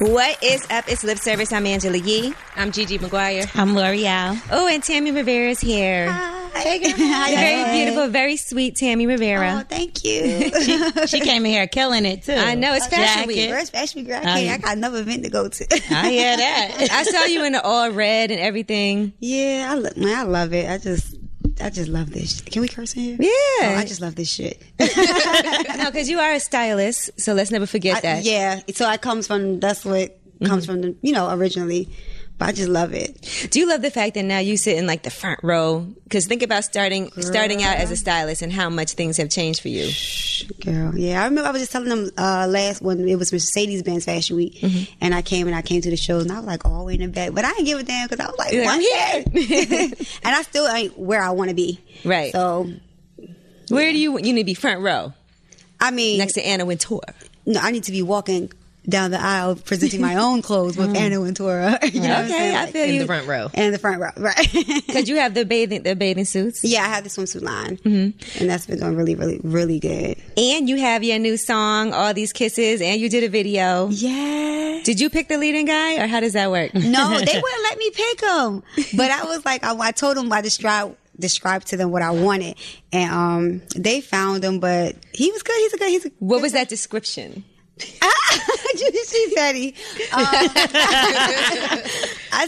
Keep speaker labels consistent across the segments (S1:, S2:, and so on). S1: What is up? It's Lip Service. I'm Angela Yee.
S2: I'm Gigi McGuire.
S3: I'm L'Oreal.
S1: Oh, and Tammy Rivera is here.
S3: Hey, girl.
S1: The very beautiful, very sweet Tammy Rivera.
S3: Oh, thank you.
S2: She, she came in here killing it too.
S1: I know it's fashion week.
S3: First fashion week, girl, I, can't, I got another event to go to.
S2: I hear that.
S1: Oh, I saw you in the all red and everything.
S3: yeah, I look, man, I love it. I just, I just love this. Can we curse in here?
S1: Yeah.
S3: Oh, I just love this shit.
S1: no, because you are a stylist, so let's never forget
S3: I-
S1: that. Mm-hmm.
S3: yeah. So I comes from that's what comes from the you know originally, but I just love it.
S1: Do you love the fact that now you sit in like the front row? Because think about starting starting out as a stylist and how much things have changed for you.
S3: Girl, yeah. I remember I was just telling them uh, last when it was Mercedes Benz Fashion Week,
S1: Mm-hmm.
S3: and I came and I came to the shows and I was like all the way in the back, but I didn't give a damn because I was like,
S1: like, "I'm
S3: one day." and I still ain't where I want to be.
S1: Right.
S3: So
S1: Where do you you need to be front row
S3: I mean,
S1: next to Anna Wintour?
S3: no, I need to be walking down the aisle presenting my own clothes with Anna Wintoura. you know what I'm
S1: Mm. Okay,
S3: saying?
S1: I
S3: Like,
S1: feel
S2: in
S1: you.
S2: the front row.
S3: and the front row, right?
S1: Because you have the bathing the bathing suits,
S3: yeah, I have the swimsuit line,
S1: Mm-hmm.
S3: and that's been doing really, really, really good.
S1: and you have your new song, all these kisses, and you did a video.
S3: Yeah.
S1: Did you pick the leading guy, or how does that work?
S3: No, they wouldn't let me pick them. But I was like, I, I told them I described described to them what I wanted, and um, they found him. But he was good. He's a good. He's a.
S1: What was that description?
S3: she said he. Um, I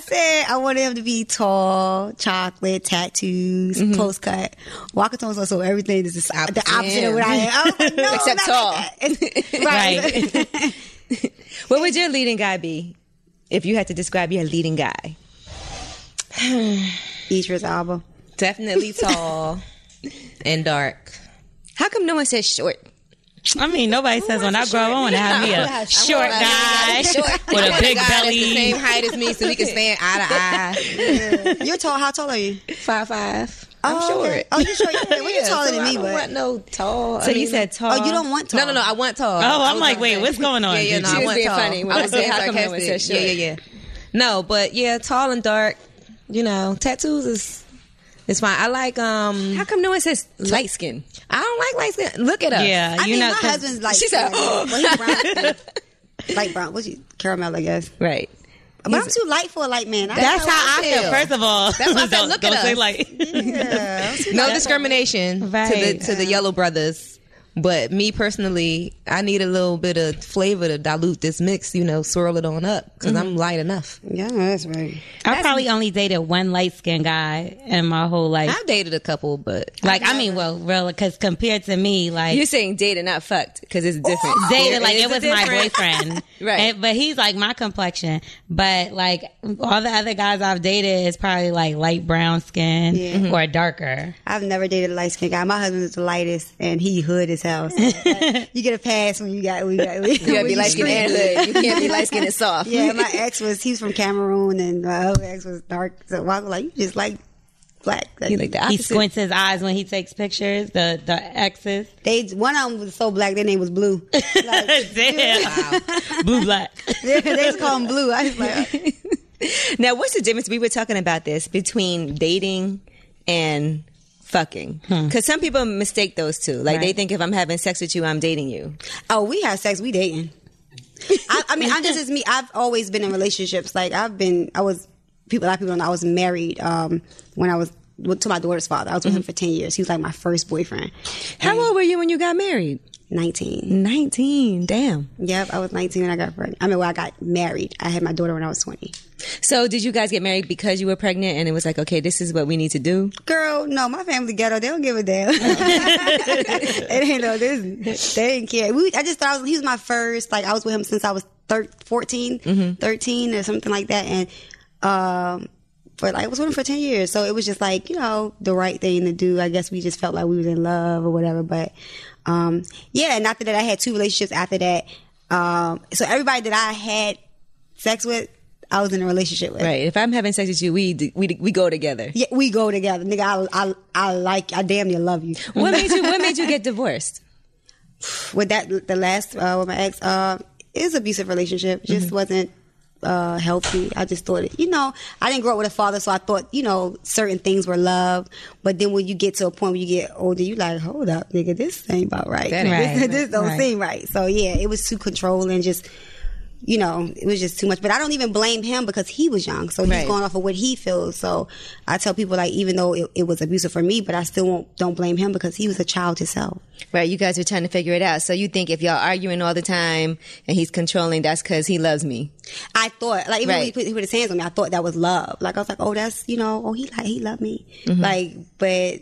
S3: said I wanted him to be tall, chocolate, tattoos,
S2: Mm-hmm.
S3: close cut, walk tone. So, so everything is just the opposite of what I am. I was like, no,
S1: Except
S3: not
S1: tall.
S3: like that. right.
S1: What would your leading guy be if you had to describe your leading guy?
S3: Idris Alba.
S2: Definitely tall and dark.
S1: How come no one says short?
S4: I mean, nobody says when I grow up, I want to have me a short guy with a
S2: Another
S4: big
S2: guy that's the
S4: belly.
S2: same height as me, so we can stand eye to eye.
S3: You're tall. How tall are you?
S2: Five five. I'm
S3: Oh,
S2: short.
S3: okay. Oh, you're short. Yeah, well, you're
S2: Yeah,
S3: taller
S2: so
S3: than
S2: I
S3: me,
S2: don't
S3: but
S2: want no tall.
S1: So you said tall.
S3: oh, you don't want tall.
S2: no, no, no. I want tall.
S4: Oh,
S2: I
S4: I'm
S2: was
S4: like,
S2: gonna
S4: wait,
S2: say-
S4: what's going on,
S2: Yeah, yeah. No,
S4: Gigi?
S2: I
S1: She was
S2: want
S1: being
S2: tall.
S1: funny when I
S2: was
S1: said,
S2: being
S1: how come no one
S2: sarcastic.
S1: says short?
S2: Yeah, yeah, yeah. No, but yeah, tall and dark. You know, tattoos is it's fine. I like um.
S1: How come no one says light skin?
S2: I don't like light skin. Look it up.
S4: Yeah,
S3: I
S4: you
S3: mean,
S4: know,
S3: my
S4: 'cause
S3: husband's like
S1: She said,
S3: well, he's brown. light brown. What's he? Caramel, I guess.
S1: Right.
S3: But I'm too light for a light man. I
S2: That's
S3: don't know
S2: how
S3: what
S2: I feel.
S4: First of all,
S2: why I said,
S4: don't,
S2: look at
S4: don't say
S2: us.
S4: like.
S2: No discrimination to
S4: Right.
S2: the to the Yellow Brothers. But me personally, I need a little bit of flavor to dilute this mix. You know, swirl it on up because
S1: Mm-hmm.
S2: I'm light enough.
S3: Yeah, that's right.
S4: I probably only dated one light skinned guy in my whole life.
S2: I've dated a couple, but
S4: like, I mean, well, really, because compared to me, like,
S1: You're saying dated, not fucked, because it's different.
S4: dated like
S1: is
S4: it
S1: a
S4: was my
S1: difference.
S4: boyfriend,
S1: Right.
S4: And- but he's like my complexion. But like all the other guys I've dated is probably like light brown skin
S2: Mm-hmm.
S4: or darker.
S3: I've never dated a light skinned guy. My husband is the lightest, and he hood as hell. So, like, you get a pass when you got. When you, got when you
S1: You gotta be light
S3: street.
S1: skinned and hood. You can't be light skinned and soft.
S3: Yeah, my ex was. He was from Cameroon, and my other ex was dark. So I was like, you just like black.
S2: He like that. I
S4: He
S2: can see-
S4: squints his eyes when he takes pictures. The the exes.
S3: They one of them was so black their name was Blue. Like,
S4: Damn. Blue black.
S3: they they just call him Blue. I was like,
S1: Now, what's the difference? We were talking about this between dating and fucking. Because some people mistake those two. Like, they think if I'm having sex with you, I'm dating you.
S3: oh, we have sex. We dating. I, I mean, I'm just as me. I've always been in relationships. Like I've been. I was people. A lot of people. Don't know, I was married um, when I was with- to my daughter's father. I was with him for ten years. He was like my first boyfriend.
S1: How old were you when you got married?
S3: Nineteen.
S1: 19. Damn.
S3: Yep, I was nineteen when I got pregnant. I mean, when I got married, I had my daughter when I was twenty.
S1: So, did you guys get married because you were pregnant and it was like, okay, this is what we need to do?
S3: Girl, no, my family ghetto. They don't give a damn. it ain't no this. They ain't care. We, I just thought I was, he was my first. Like I was with him since I was thir- 14, 13 or something like that. And um, for like I was with him for ten years, so it was just like you know the right thing to do. I guess we just felt like we was in love or whatever. But um, yeah, and after that, I had two relationships. After that, um, so everybody that I had sex with, I was in a relationship with.
S1: Right. If I'm having sex with you, we d- we, d- we go together.
S3: Yeah, we go together, nigga. I, I, I like. I damn near love you.
S1: What made you What made you get divorced?
S3: With that, the last uh, with my ex, uh, is abusive relationship. Just wasn't uh, healthy. I just thought it. You know, I didn't grow up with a father, so I thought you know certain things were love. But then when you get to a point where you get older, you like, hold up, nigga, this ain't about right.
S2: That ain't
S3: This-
S4: right.
S3: this don't
S4: Right.
S3: seem right. So yeah, it was too controlling. Just. You know, it was just too much. But I don't even blame him because he was young. So he's
S1: Right.
S3: going off of what he feels. So I tell people like, even though it, it was abusive for me, but I still won't, don't blame him because he was a child himself.
S1: Right. You guys were trying to figure it out. So you think if y'all arguing all the time and he's controlling, that's because he loves me.
S3: I thought, like, even when he
S1: Right.
S3: put, he put his hands on me, I thought that was love. Like, I was like, oh, that's, you know, oh, he like, he loved me.
S1: Mm-hmm.
S3: Like, but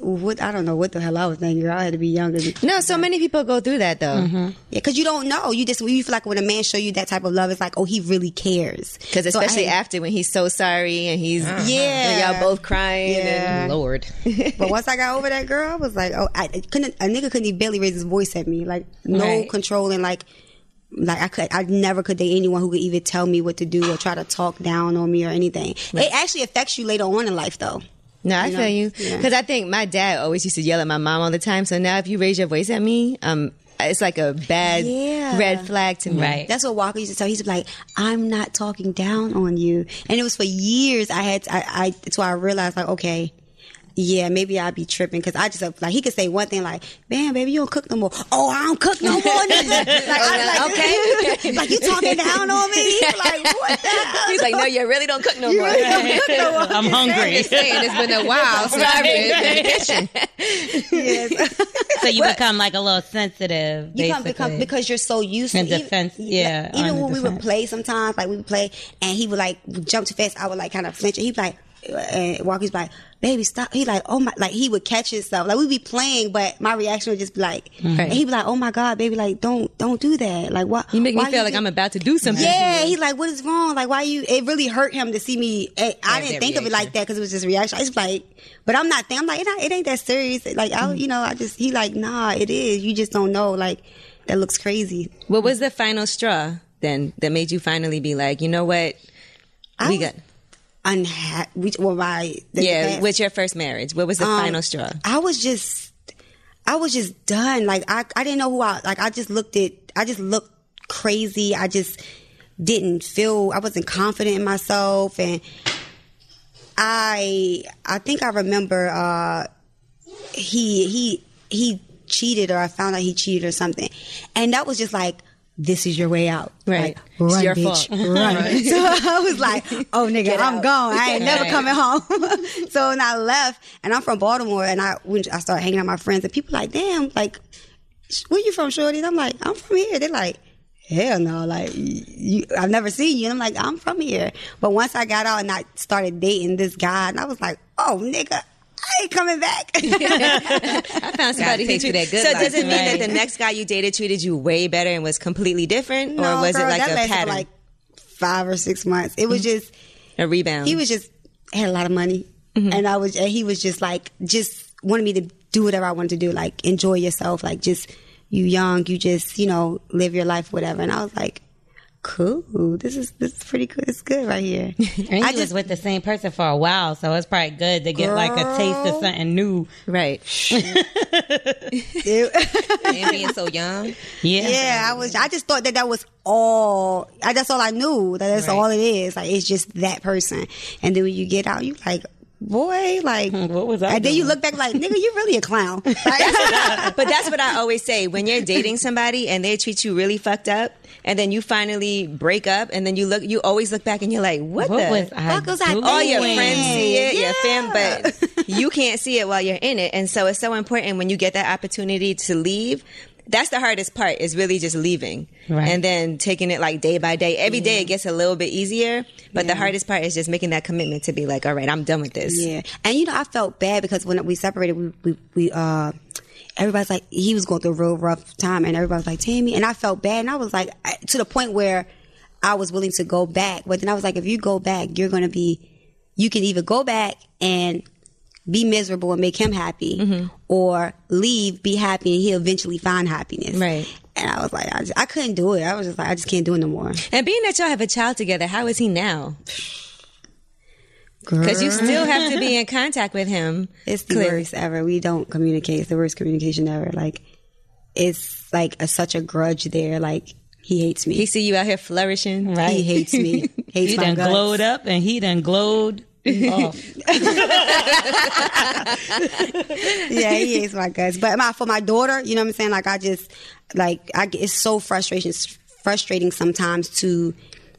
S3: what, I don't know what the hell I was thinking. girl. I had to be younger. Yeah,
S1: No, so many people go through that though.
S3: because you don't know. You just, you feel like when a man show you that type of love, it's like, oh, he really cares.
S1: Because
S3: So I
S1: especially
S3: had-
S1: after when he's so sorry and he's
S3: Yeah.
S1: and Uh-huh. y'all both crying. And,
S2: Lord.
S3: But once I got over that girl, I was like, oh, I I couldn't. A nigga couldn't even barely raise his voice at me. Like no
S4: Right.
S3: control and like, like I could. I never could date anyone who could even tell me what to do or try to talk down on me or anything. It actually affects you later on in life, though.
S1: no, I
S3: You know,
S1: feel you.
S3: yeah.
S1: Because I think my dad always used to yell at my mom all the time. So now if you raise your voice at me, um, it's like a bad
S3: Yeah.
S1: red flag to me.
S4: Right.
S3: That's what Walker used to tell. He's like, "I'm not talking down on you," and it was for years. I had, I, I until I realized, like, okay, yeah, maybe I'd be tripping because I just like he could say one thing, like, "Man, baby, you don't cook no more." Oh, I don't cook no more. nigga. like, I was like, okay, like you talking down on me? Like, what the hell?
S1: He's like, no, you really don't cook no more.
S4: I'm hungry.
S2: Saying it's been a while since I've been in the kitchen.
S3: Yes.
S4: So you become like a little sensitive.
S3: You come
S4: basically.
S3: become because you're so used
S4: And
S3: to even-
S4: defense- yeah,
S3: Even
S4: under
S3: when we would
S4: defense.
S3: play sometimes, like we would play, and he would like jump too fast. I would like kind of flinch, and he'd be like, and Walker's like, "Baby, stop!" He like, "Oh my!" Like he would catch himself. Like we'd be playing, but my reaction would just be like, and he'd be like, "Oh my god, baby! Like don't don't do that! Like why?"
S1: You make me
S3: why
S1: feel like
S3: do-"
S1: I'm about to do something.
S3: Yeah, he's like, "What is wrong? Like why you?" It really hurt him to see me. I, I didn't
S2: that
S3: think of it
S2: reaction.
S3: like that because it was just reaction. I was like, "But I'm not." Think- I'm like, it, not, "It ain't that serious." Like I, you know, I just he like, "Nah, it is. You just don't know." Like. That looks crazy.
S1: What was the final straw then that made you finally be like, you know what?
S3: I
S1: we
S3: was
S1: got
S3: unhappy. Which, well, my the
S1: yeah.
S3: past-
S1: With your first marriage, what was the
S3: um,
S1: final straw?
S3: I was just, I was just done. Like I, I didn't know who I. Like I just looked at. I just looked crazy. I just didn't feel. I wasn't confident in myself, and I, I think I remember. uh he he he cheated or I found out he cheated or something. And that was just like, this is your way out.
S1: Right.
S3: Like,
S1: It's
S3: run,
S1: your
S3: bitch.
S1: fault.
S3: Run. So I was like, oh nigga, I'm gone. I ain't never coming home. so when I left and I'm from Baltimore and I when I started hanging out with my friends and people like, damn, like where you from, Shorty? And I'm like, I'm from here. They're like, hell no, like you, I've never seen you. And I'm like, I'm from here. But once I got out and I started dating this guy, and I was like, oh nigga, I ain't coming back.
S1: I found somebody who
S2: take you
S1: treated
S2: that good
S1: So
S2: life,
S1: does it mean
S4: right?
S1: that the next guy you dated treated you way better and was completely different, or was
S3: girl,
S1: it like
S3: that
S1: a
S3: lasted for,
S1: pattern, Mm.
S3: like five or six months. It was just
S1: a rebound?
S4: Um,
S3: he was just had a lot of money,
S4: Mm-hmm.
S3: and I was and he was just like just wanted me to do whatever I wanted to do, like enjoy yourself, like just you young, you just you know live your life, whatever. And I was like, cool. This is this is pretty good. It's good right here.
S4: And you was with the same person for a while, so it's probably good to get like a taste of something new.
S1: Right.
S3: Ew.
S2: and being so young.
S4: Yeah.
S3: yeah, I was. I just thought that that was all. I, that's all I knew. That that's all it is. Like it's just that person. And then when you get out, you like. Boy, like,
S4: What was I
S3: And then you
S4: doing?
S3: look back, like, nigga, you really a clown. Like,
S1: but that's what I always say when you're dating somebody and they treat you really fucked up, and then you finally break up, and then you look, you always look back and you're like, what,
S4: What
S1: the
S4: was I
S3: fuck was I
S4: doing?
S1: all your
S3: doing?
S1: friends see it,
S3: Yeah.
S1: your fam, but you can't see it while you're in it. And so it's so important when you get that opportunity to leave. That's the hardest part is really just leaving
S4: Right.
S1: and then taking it like day by day. Every day it gets a little bit easier, but the hardest part is just making that commitment to be like, all right, I'm done with this.
S3: Yeah, and you know, I felt bad because when we separated, we we, we uh, everybody's like he was going through a real rough time, and everybody's like Tammy, and I felt bad, and I was like I- to the point where I was willing to go back, but then I was like, if you go back, you're gonna be, you can either go back and be miserable and make him happy,
S1: Mm-hmm.
S3: or leave, be happy, and he'll eventually find happiness.
S1: Right.
S3: And I was like, I, just, I couldn't do it. I was just like, I just can't do it no more.
S1: And being that y'all have a child together, how is he now? Because you still have to be in contact with him.
S3: It's the
S1: Clear.
S3: worst ever. We don't communicate. It's the worst communication ever. Like, it's like a, such a grudge there. Like, he hates me.
S1: He see you out here flourishing.
S4: Right.
S3: He hates me. Hates
S4: You
S3: my
S4: done
S3: guts.
S4: glowed up and he done glowed off.
S3: yeah, he hates my guts. But my for my daughter, you know what I'm saying? Like, I just like I. get- It's so frustrating. It's frustrating sometimes to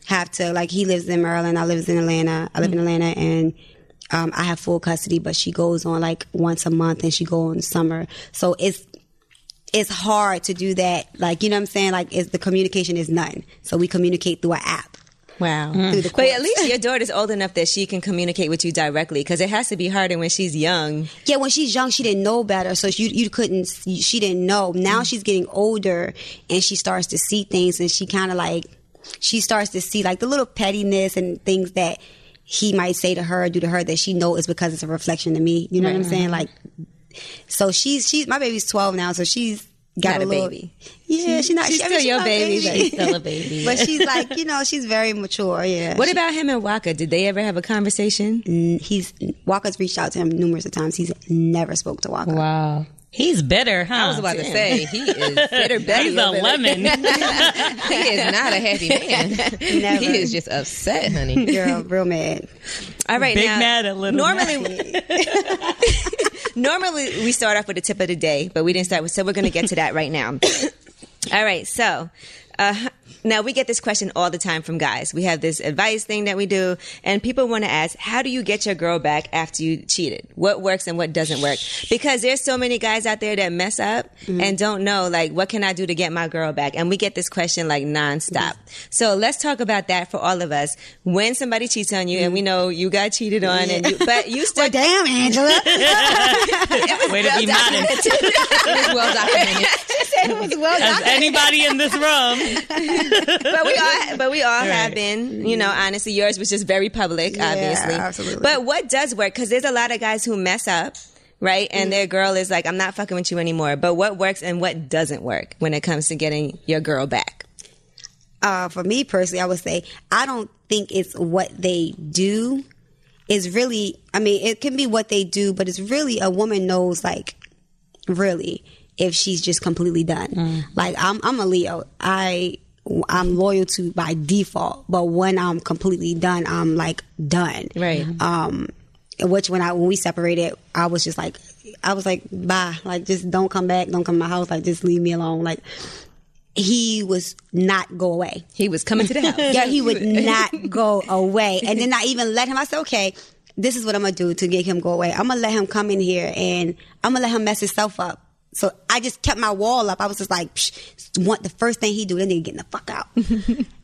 S3: have to like. He lives in Maryland. I live in Atlanta. I live in Atlanta, and um, I have full custody. But she goes on like once a month, and she goes on summer. So it's it's hard to do that. Like, you know what I'm saying? Like, it's, the communication is none. So we communicate through an app.
S1: Wow.
S3: Through the
S1: Mm. But at
S3: courts.
S1: least your daughter's old enough that she can communicate with you directly because it has to be harder when she's young.
S3: Yeah, when she's young, she didn't know better, so you you couldn't. She didn't know.
S1: Mm.
S3: Now she's getting older, and she starts to see things, and she kind of like she starts to see like the little pettiness and things that he might say to her, or do to her that she know is because it's a reflection to me. You know what I'm
S1: Mm-hmm.
S3: saying? Like, so she's she's my baby's 12 now, so she's got
S1: Not
S3: a,
S1: a
S3: little
S1: baby.
S3: Yeah, she's not.
S1: she's
S3: I mean,
S1: still your
S3: my
S1: baby, but she's
S4: still a baby.
S3: but she's like you know she's very mature. Yeah.
S1: What about him and Waka? Did they ever have a conversation?
S3: He's Walker's reached out to him numerous of times. He's never spoke to Walker.
S4: Wow. He's bitter, huh?
S2: I was about to say he is bitter Betty
S4: He's a
S2: over there.
S4: lemon.
S2: He is not a happy man.
S3: Never.
S2: He is just upset, honey.
S3: Girl, real mad.
S1: All right,
S4: Big
S1: now,
S4: mad at little
S1: Normally, normally we start off with the tip of the day, but we didn't start with. So we're going to get to that right now. All right, so. Uh, now we get this question all the time from guys. We have this advice thing that we do, and people want to ask, "How do you get your girl back after you cheated? What works and what doesn't work?" Because there's so many guys out there that mess up and don't know, like, what can I do to get my girl back? And we get this question like nonstop. So let's talk about that for all of us. When somebody cheats on you, and we know you got cheated on, and you, but you still
S3: Well, damn, Angela.
S4: Way to be modern.
S2: It's well documented.
S4: As anybody in this room.
S1: but we all, but we all have been. You know, honestly, yours was just very public, obviously.
S3: Mm-hmm. absolutely.
S1: But what does work? Because there's a lot of guys who mess up, right? And
S3: Mm.
S1: their girl is like, "I'm not fucking with you anymore." But what works and what doesn't work when it comes to getting your girl back?
S3: uh, for me personally, I would say I don't think it's what they do. It's really, I mean, it can be what they do, but it's really a woman knows, like, really, if she's just completely done. Like, I'm, I'm a Leo. I, I'm loyal to by default, but when I'm completely done, I'm like done.
S1: Right.
S3: Um, which when I when we separated, I was just like, I was like, bye, like just don't come back, don't come to my house, like just leave me alone. Like he was not go away.
S1: He was coming to the house.
S3: Yeah, he would not go away. And then I even let him. I said, okay, this is what I'm gonna do to get him go away. I'm gonna let him come in here and I'm gonna let him mess himself up. So I just kept my wall up. I was just like, Psh, want the first thing he do, then nigga getting the fuck out.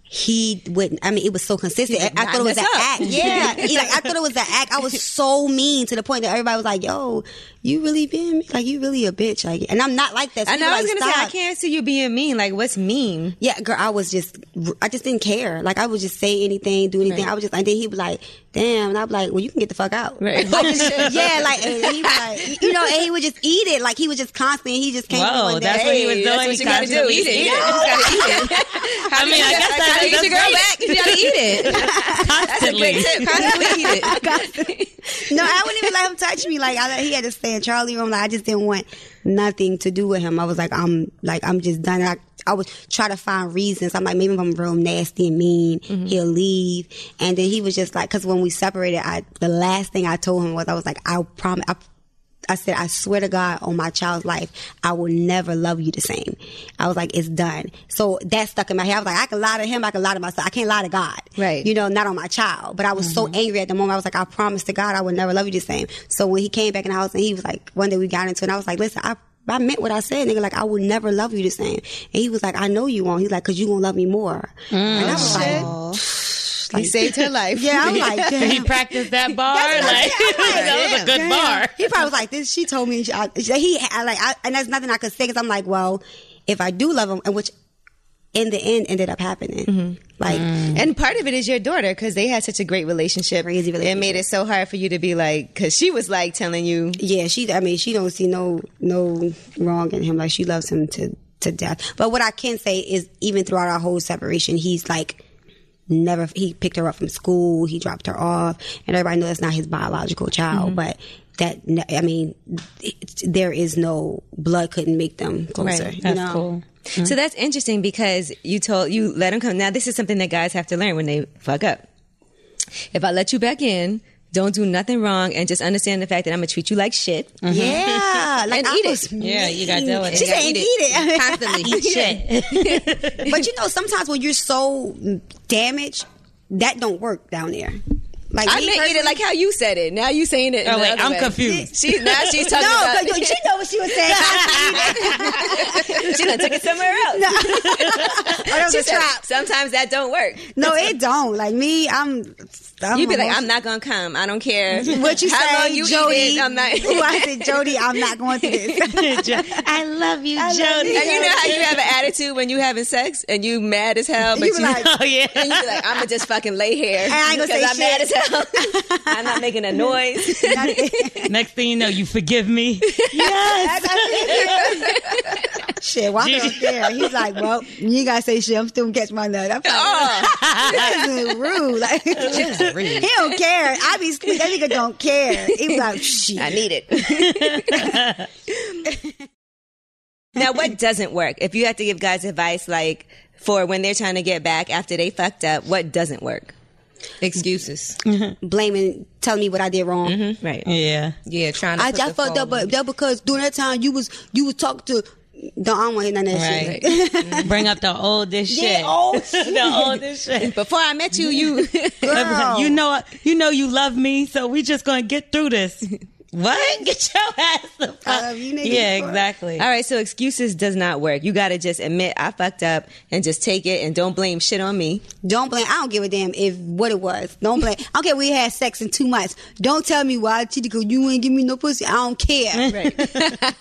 S3: He wouldn't. I mean, it was so consistent. I I thought it was an
S1: mess up.
S3: act. Yeah, He, like I thought it was an act. I was so mean to the point that everybody was like, "Yo, you really been like you really a bitch." Like, and I'm not like that. So
S1: I know. I
S3: people
S1: was
S3: like,
S1: gonna say, I
S3: "Stop."
S1: can't see you being mean. Like, what's mean?
S3: Yeah, girl, I was just I just didn't care. Like I would just say anything, do anything. I was just, and then he'd be like, "Damn," and I'd be like, "Well, you can get the fuck out."
S2: Right.
S3: I just- yeah, like and he'd be like, you know, and he would just eat it. Like he was just constantly. He just came. to me
S4: Whoa,
S3: one day,
S4: that's what he was doing.
S2: That's what you gotta do.
S4: He constantly
S2: Eat it. Yeah, you
S4: eating
S2: just gotta eat it.
S4: I mean, I
S2: I
S4: guess that's-
S2: gotta eat
S4: that's
S2: your girl
S4: great.
S2: back. You gotta eat it.
S4: Constantly.
S2: Great tip. Constantly eat it.
S3: No, I wouldn't even let him touch me. Like I, let- he had to stay in Charlie room. Like I just didn't want nothing to do with him. I was like, I'm like I'm just done. I I would try to find reasons. I'm like maybe if I'm real nasty and mean, he'll leave. And then he was just like, because when we separated, I the last thing I told him was I was like, I promise. I, I said, I swear to God on my child's life, I will never love you the same. I was like, it's done. So that stuck in my head. I was like, I can lie to him, I can lie to myself. I can't lie to God.
S1: Right.
S3: You know, not on my child. But I was so angry at the moment. I was like, I promised to God I would never love you the same. So when he came back in the house and he was like, one day we got into it and I was like, listen, I I meant what I said, nigga. Like I will never love you the same. And he was like, I know you won't. He's like, cause you gonna love me more. and I was
S1: Mm.
S3: like,
S1: He saved her life.
S3: yeah, I'm like, damn.
S4: He practiced that bar.
S3: That's what I'm
S4: like,
S3: saying. I'm like,
S4: that was a good
S3: damn.
S4: bar.
S3: He probably was like, "This." She told me she, I, he I, like, I, and that's nothing I could say because I'm like, well, if I do love him, and which in the end ended up happening,
S4: Mm-hmm.
S3: like
S4: Mm.
S1: And part of it is your daughter because they had such a great relationship.
S3: Crazy
S1: It made it so hard for you to be like, because she was like telling you,
S3: yeah, she. I mean, she don't see no no wrong in him. Like she loves him to to death. But what I can say is, even throughout our whole separation, he's like. Never, he picked her up from school. He dropped her off, and everybody knows that's not his biological child. But that, ne- I mean, it, there is no blood couldn't make them closer. you
S4: That's
S3: know?
S4: cool.
S3: Mm-hmm.
S1: So that's interesting because you told you let him come. Now this is something that guys have to learn when they fuck up. If I let you back in, don't do nothing wrong, and just understand the fact that I'm gonna treat you like shit.
S3: Mm-hmm. Yeah, like
S1: And
S3: I
S1: eat it.
S3: was
S4: Yeah, you gotta deal with it.
S3: She
S4: You
S3: said,
S4: gotta
S3: "Eat
S2: eat
S3: it."
S2: Constantly.
S3: but you know, sometimes when you're so damaged, that don't work down there. Like
S1: I
S3: me
S1: meant eat
S3: personally-
S1: it like how you said it. Now you saying it. in
S4: Oh,
S1: the
S4: wait,
S1: other
S4: I'm
S1: way.
S4: confused.
S1: She now she's talking
S3: no,
S1: about.
S3: because she know what she was saying.
S1: she done took it somewhere else.
S3: Oh, that was
S1: She
S3: a
S1: said,
S3: trap.
S1: Sometimes that don't work.
S3: No, it don't. Like me, I'm. I'm
S1: You be like,
S3: emotional.
S1: I'm not gonna come. I don't care
S3: What you
S1: how
S3: say,
S1: long you
S3: Jody?
S1: eat it. I'm not.
S3: Ooh, I said, Jody, I'm not going through this.
S4: I love you, Jody.
S1: And you know how you have an attitude when you having sex and you mad as hell, but
S3: You
S1: you,
S3: be like-
S4: Oh yeah.
S1: and you be like, I'm gonna just fucking lay here
S3: I ain't gonna
S1: because
S3: say
S1: I'm
S3: shit.
S1: mad as hell. I'm not making a noise.
S4: Next thing you know, you forgive me. Yes.
S3: shit, walk up there. He's like, well, you gotta say shit. I'm still gonna catch my nut. I'm like,
S1: Oh.
S3: this is rude. Like, he don't care. I be sleep. That nigga don't care. He be like, shit.
S1: I need it. now, what doesn't work? If you have to give guys advice, like for when they're trying to get back after they fucked up, what doesn't work?
S2: Excuses.
S3: blaming, telling me what I did wrong.
S1: Right.
S4: Yeah.
S2: Yeah, trying to.
S3: I,
S2: put
S3: I
S2: the
S3: fucked up,
S2: fault on-
S3: but that because during that time you was you was talking to. Don't, I don't want to hear none of that shit.
S4: Bring up the oldest shit.
S3: Yeah, oh, shit.
S4: the oldest shit.
S1: Before I met you, you
S3: Girl.
S4: You know, you know, you love me, so we just gonna get through this. What? Get your ass the fuck.
S3: I love you, nigga.
S4: yeah, exactly.
S1: All right, so excuses does not work. You got to just admit I fucked up and just take it and don't blame shit on me.
S3: Don't blame. I don't give a damn if what it was. Don't blame. I don't care. if We had sex in two months. Don't tell me why I cheated because you ain't give me no pussy. I don't care. I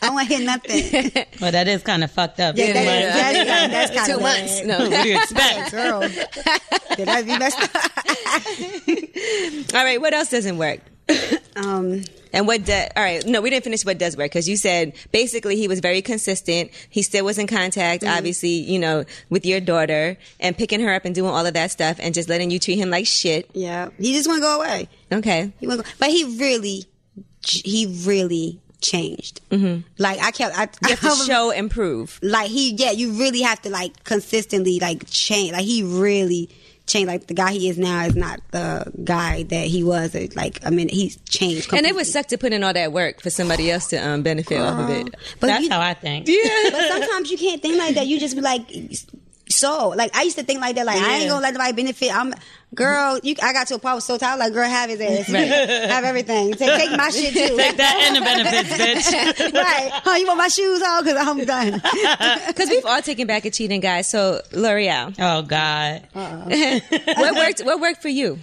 S3: don't want to hear nothing.
S4: Well, that is kind of fucked up.
S3: Yeah, that is-
S4: Like,
S3: that is- that's kind
S1: Two
S3: of
S1: months. No.
S4: what do you expect?
S3: Girl, did I be messed up?
S1: All right, what else doesn't work?
S3: Um,
S1: And what does? All right, no, we didn't finish what does work because you said basically he was very consistent. He still was in contact, obviously, you know, with your daughter and picking her up and doing all of that stuff and just letting you treat him like shit.
S3: yeah, he just want to go away.
S1: Okay,
S3: He went, but he really, he really changed. Mm-hmm. Like I kept, I, I
S1: to
S3: was-
S1: show improve.
S3: like he, yeah, you really have to like consistently like change. Like he really changed. Like the guy he is now is not the guy that he was. uh, Like I mean, he's changed.
S1: And
S3: Completely.
S1: it would suck to put in all that work for somebody else to um, benefit off of it.
S3: but
S4: That's
S3: you,
S4: how I think.
S3: But sometimes you can't think like that. You just be like. So, like, I used to think like that. Like, I ain't gonna let nobody benefit. I'm, girl. You, I got to a point. I was so tired. Like, girl, have his ass. have everything. Take, take my shit too.
S4: Take that and the benefits, bitch.
S3: right. Huh, you want my shoes on? Because I'm done.
S1: Because we've all taken back a cheating guy. So L'Oreal,
S4: Oh God.
S3: Uh.
S1: what worked? What worked for you?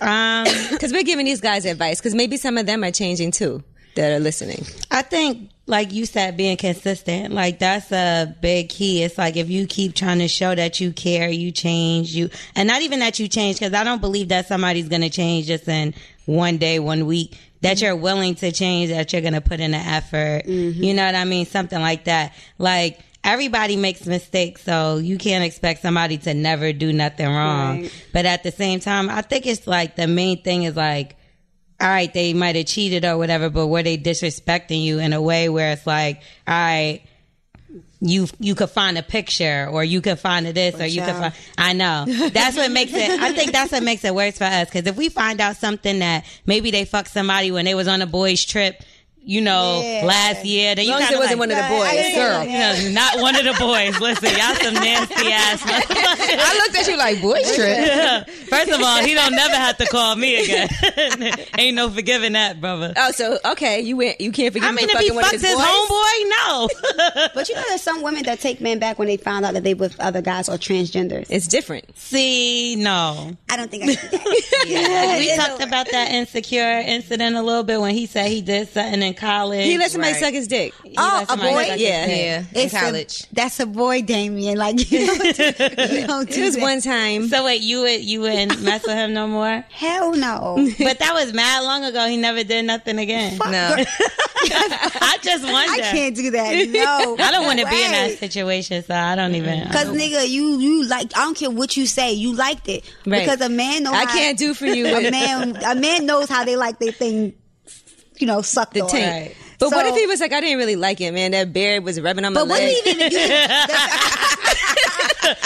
S4: Um,
S1: Because we're giving these guys advice. Because maybe some of them are changing too that are listening.
S4: I think like you said, being consistent, like that's a big key. It's like if you keep trying to show that you care, you change, you, and not even that you change, because I don't believe that somebody's going to change just in one day, one week, that you're willing to change, that you're going to put in an effort. You know what I mean? Something like that. Like, Everybody makes mistakes, so you can't expect somebody to never do nothing wrong. But at the same time, I think it's like the main thing is like all right, they might have cheated or whatever, but were they disrespecting you in a way where it's like, all right, you you could find a picture or you could find a this or you could find I know. That's what makes it I think that's what makes it worse for us cuz if we find out something that maybe they fucked somebody when they was on a boys trip, you know, last year, then you
S2: long as
S4: kinda
S2: it wasn't
S4: like,
S2: one of the boys, girl.
S4: No, not one of the boys. Listen, y'all some nasty ass. motherfuckers.
S2: I looked at you like boy trip.
S4: First of all, he don't never have to call me again. Ain't no forgiving that, brother.
S2: Oh, so okay, you went. You can't forget.
S4: I mean, if he
S2: one
S4: fucked
S2: of
S4: his,
S2: his, boys.
S4: homeboy, no.
S3: But you know, there's some women that take men back when they found out that they with other guys or transgenders.
S2: it's different.
S4: See, no.
S3: I don't think I can do that.
S4: we talked about that insecure incident a little bit when he said he did something in college.
S2: He let somebody
S4: Right.
S2: suck his dick.
S4: He
S3: Oh,
S4: let
S3: a
S4: somebody
S3: boy?
S4: suck his
S2: yeah,
S4: dick.
S2: yeah.
S3: It's
S2: in
S3: a-
S2: college,
S3: that's a boy, Damien. Like you don't do, you don't do
S2: it was
S3: that.
S2: one time.
S4: So wait, you would you wouldn't mess with him no more?
S3: Hell no.
S4: But that was mad long ago. He never did nothing again.
S2: no,
S4: I just wonder.
S3: I can't do that. No.
S4: I don't want to be in that
S3: Right.
S4: situation, so I don't even. I
S3: Cause
S4: don't-
S3: nigga, you you like I don't care what you say, you liked it
S4: Right.
S3: because a man knows.
S2: I
S3: how-
S2: can't do for you.
S3: A man, a man knows how they like their thing, you know, sucked
S2: the
S3: on.
S2: taint.
S4: Right.
S2: But what
S3: So-
S2: if he was like, I didn't really like it, man. That beard was rubbing on my
S3: But what
S2: leg.
S3: if even you? that's-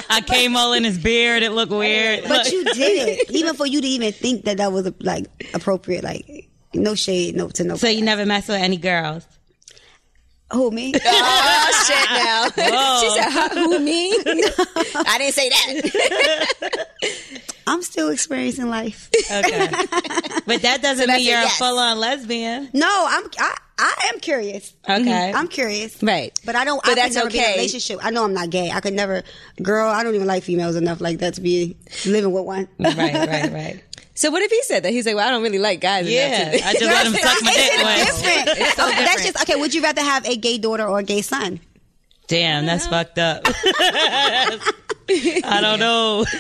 S4: I came all in his beard. It looked weird.
S3: But you did it, even for you to even think that that was like appropriate. Like no shade, no to no.
S4: so you never mess with any girls.
S3: who me?
S2: oh shit! Now
S4: Whoa.
S2: she said, huh, "Who me? I didn't say that."
S3: I'm still experiencing life.
S4: Okay. but that doesn't
S2: that's
S4: mean
S2: a
S4: you're
S2: yes.
S4: a full on lesbian.
S3: No, I'm I, I am curious. Mm-hmm.
S4: Okay.
S3: I'm curious.
S2: Right.
S3: But I don't.
S2: But
S3: I
S2: that's
S3: could never Be in
S2: okay.
S3: a relationship. I know I'm not gay. I could never. Girl, I don't even like females enough like that to be living with one.
S4: right, right, right.
S2: So what if he said that? He's like, "Well, I don't really like guys."
S4: Yeah.
S2: enough to-
S4: I just let him suck my dick once.
S3: Different. Okay, That's just okay. Would you rather have a gay daughter or a gay son?
S4: Damn, that's fucked up. I don't know.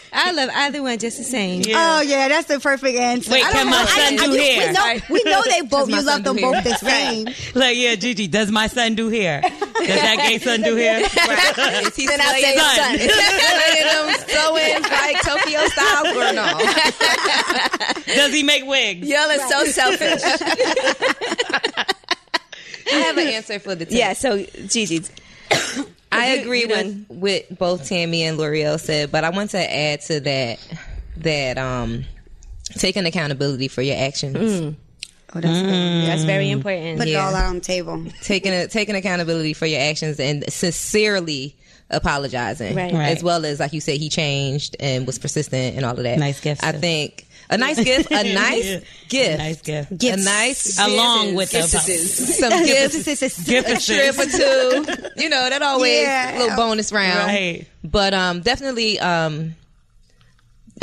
S2: I love either one just the same.
S3: Oh yeah, that's the perfect answer.
S4: Wait,
S3: I don't
S4: can my
S3: know. I-
S4: son
S3: I
S4: do hair?
S3: We know, we know they both.
S2: my
S3: You
S2: son
S3: love
S2: do
S3: them
S2: hair.
S3: both the same.
S4: Like, yeah, Gigi, does my son do hair? Does that gay son do hair?
S2: Is he then I say
S4: son.
S2: son. Is he slaying them sewing like Tokyo style or no?
S4: Does he make wigs?
S2: Y'all are so selfish.
S5: I have an answer for the team.
S2: yeah. So Gigi,
S5: I agree with with both Tammy and L'Oreal said, but I want to add to that that um taking accountability for your actions,
S3: Oh, that's good.
S2: that's very important.
S3: Put it all out on the table.
S5: taking a, taking accountability for your actions, and sincerely apologizing,
S2: Right.
S4: Right.
S5: as well as like you said, he changed and was persistent and all of that.
S4: Nice gift,
S5: I
S4: sis.
S5: think a nice gift, a nice
S4: Yeah.
S5: gift,
S4: Nice gift.
S5: a nice
S4: Along with the
S5: some gifts, a trip or two. You know that always
S3: Yeah.
S5: little bonus round.
S4: Right.
S5: but um definitely um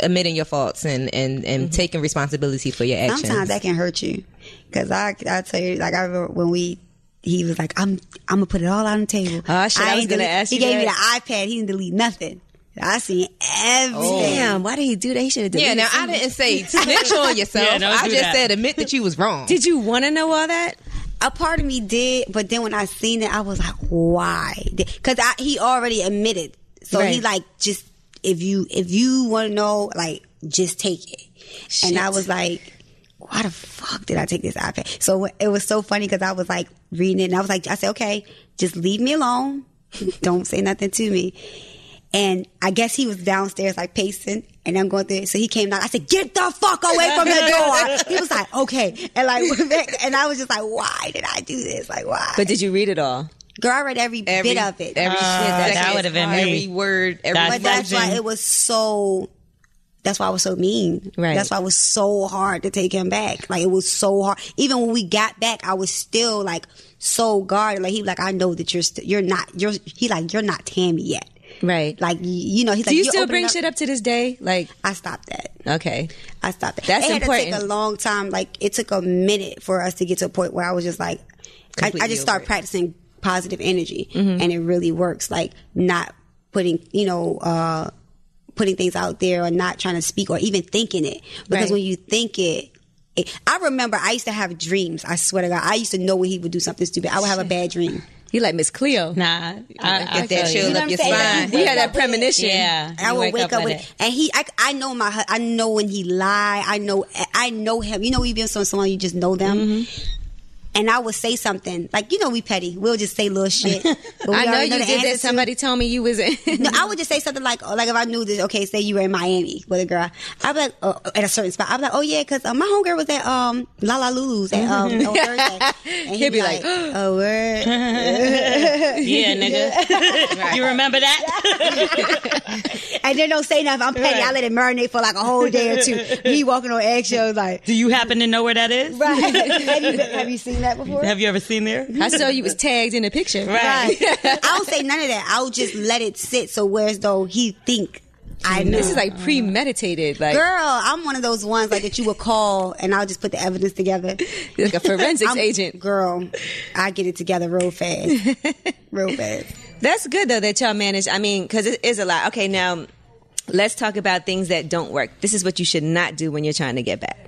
S5: admitting your faults and and and taking responsibility for your actions
S3: Sometimes that can hurt you, because I I tell you, like I remember when we. He was like, "I'm, I'm gonna put it all on the table."
S2: Oh, shit, I was
S3: ain't
S2: gonna
S3: delete-
S2: ask
S3: He
S2: you
S3: gave me the
S2: that.
S3: iPad. He didn't delete nothing. I seen everything.
S2: Damn, why did he do that? He should have
S5: yeah
S2: deleted
S5: now
S2: some-
S5: i didn't say snitch on yourself
S4: Yeah, don't
S5: i
S4: do
S5: just
S4: that.
S5: said admit that you was wrong
S2: Did you want to know all that?
S3: a part of me did, but then when I seen it, I was like, why? Because I he already admitted, so he
S2: Right.
S3: like just if you if you want to know, like just take it. And I was like, why the fuck did I take this iPad? So it was so funny because I was like reading it, and I was like, I said, okay, just leave me alone, don't say nothing to me. And I guess he was downstairs like pacing, and I'm going through. it. So he came down. I said, "Get the fuck away from the door." He was like, "Okay," and like, went back. and I was just like, "Why did I do this? Like, why?"
S2: But did you read it
S5: Uh,
S2: all?
S3: girl, I read every, bit of it.
S5: every shit
S4: that
S5: second,
S4: would've been me.
S5: every word every
S1: Ah,
S4: That's
S3: but that's why
S4: Imagine.
S3: it was so. That's why I was so mean.
S2: Right.
S3: That's why it was so hard to take him back. Like it was so hard. Even when we got back, I was still like so guarded. Like he was like, I know that you're st- you're not you're he like you're not Tammy yet.
S2: Right.
S3: Like y- you know he's like
S2: do you
S3: "You're
S2: still
S3: opening
S2: bring shit up to this day? Like,
S3: I stopped that.
S2: okay.
S3: I stopped it.
S2: That's
S3: it
S2: important.
S3: Had to take a long time. Like it took a minute for us to get to a point where I was just like, I, I just start practicing positive energy
S2: Mm-hmm.
S3: and it really works. Like not putting, you know, uh, putting things out there or not trying to speak or even thinking it. Because when you think it, it, I remember I used to have dreams. I swear to God, I used to know when he would do something stupid. I would have a bad dream.
S6: You like Miss Cleo.
S4: Nah, I, I
S5: Get that
S4: feel you.
S5: chill up your spine.
S6: He had that premonition.
S4: Yeah,
S3: I
S4: you
S3: would wake, up, with it. and he. I, I know my. hu- I know when he lie. I know. I know him. You know, when you be with someone, you just know them.
S6: Mm-hmm.
S3: And I would say something like, you know, we petty. We'll just say little shit. But we
S6: I know
S3: already
S6: you
S3: the
S6: did that.
S3: answer to
S6: Somebody told me you was in.
S3: no, I would just say something like, oh, like if I knew this, okay, say you were in Miami with a girl, I'd be like, oh, at a certain spot, I'd be like, oh yeah, because uh, my homegirl was at um, La La Lulu's at, um, on Thursday. And he'd, be like, oh, word.
S4: Yeah, nigga. you remember that?
S3: And then don't say nothing. I'm petty. I let it marinate for like a whole day or two. Me walking on eggshells, like,
S4: Do you happen to know where that is?
S3: right. have, you, have you seen that before?
S4: Have you ever seen there?
S6: I saw you was tagged in the picture.
S3: Right. I don't say none of that. I'll just let it sit. So whereas though he think I know.
S6: This is like premeditated, like,
S3: Girl, I'm one of those ones like that you would call and I'll just put the evidence together.
S6: like a forensics
S3: I'm-
S6: agent.
S3: Girl, I get it together real fast. real fast.
S1: That's good though that y'all manage. I mean, because it is a lot. Okay, now let's talk about things that don't work. This is what you should not do when you're trying to get back.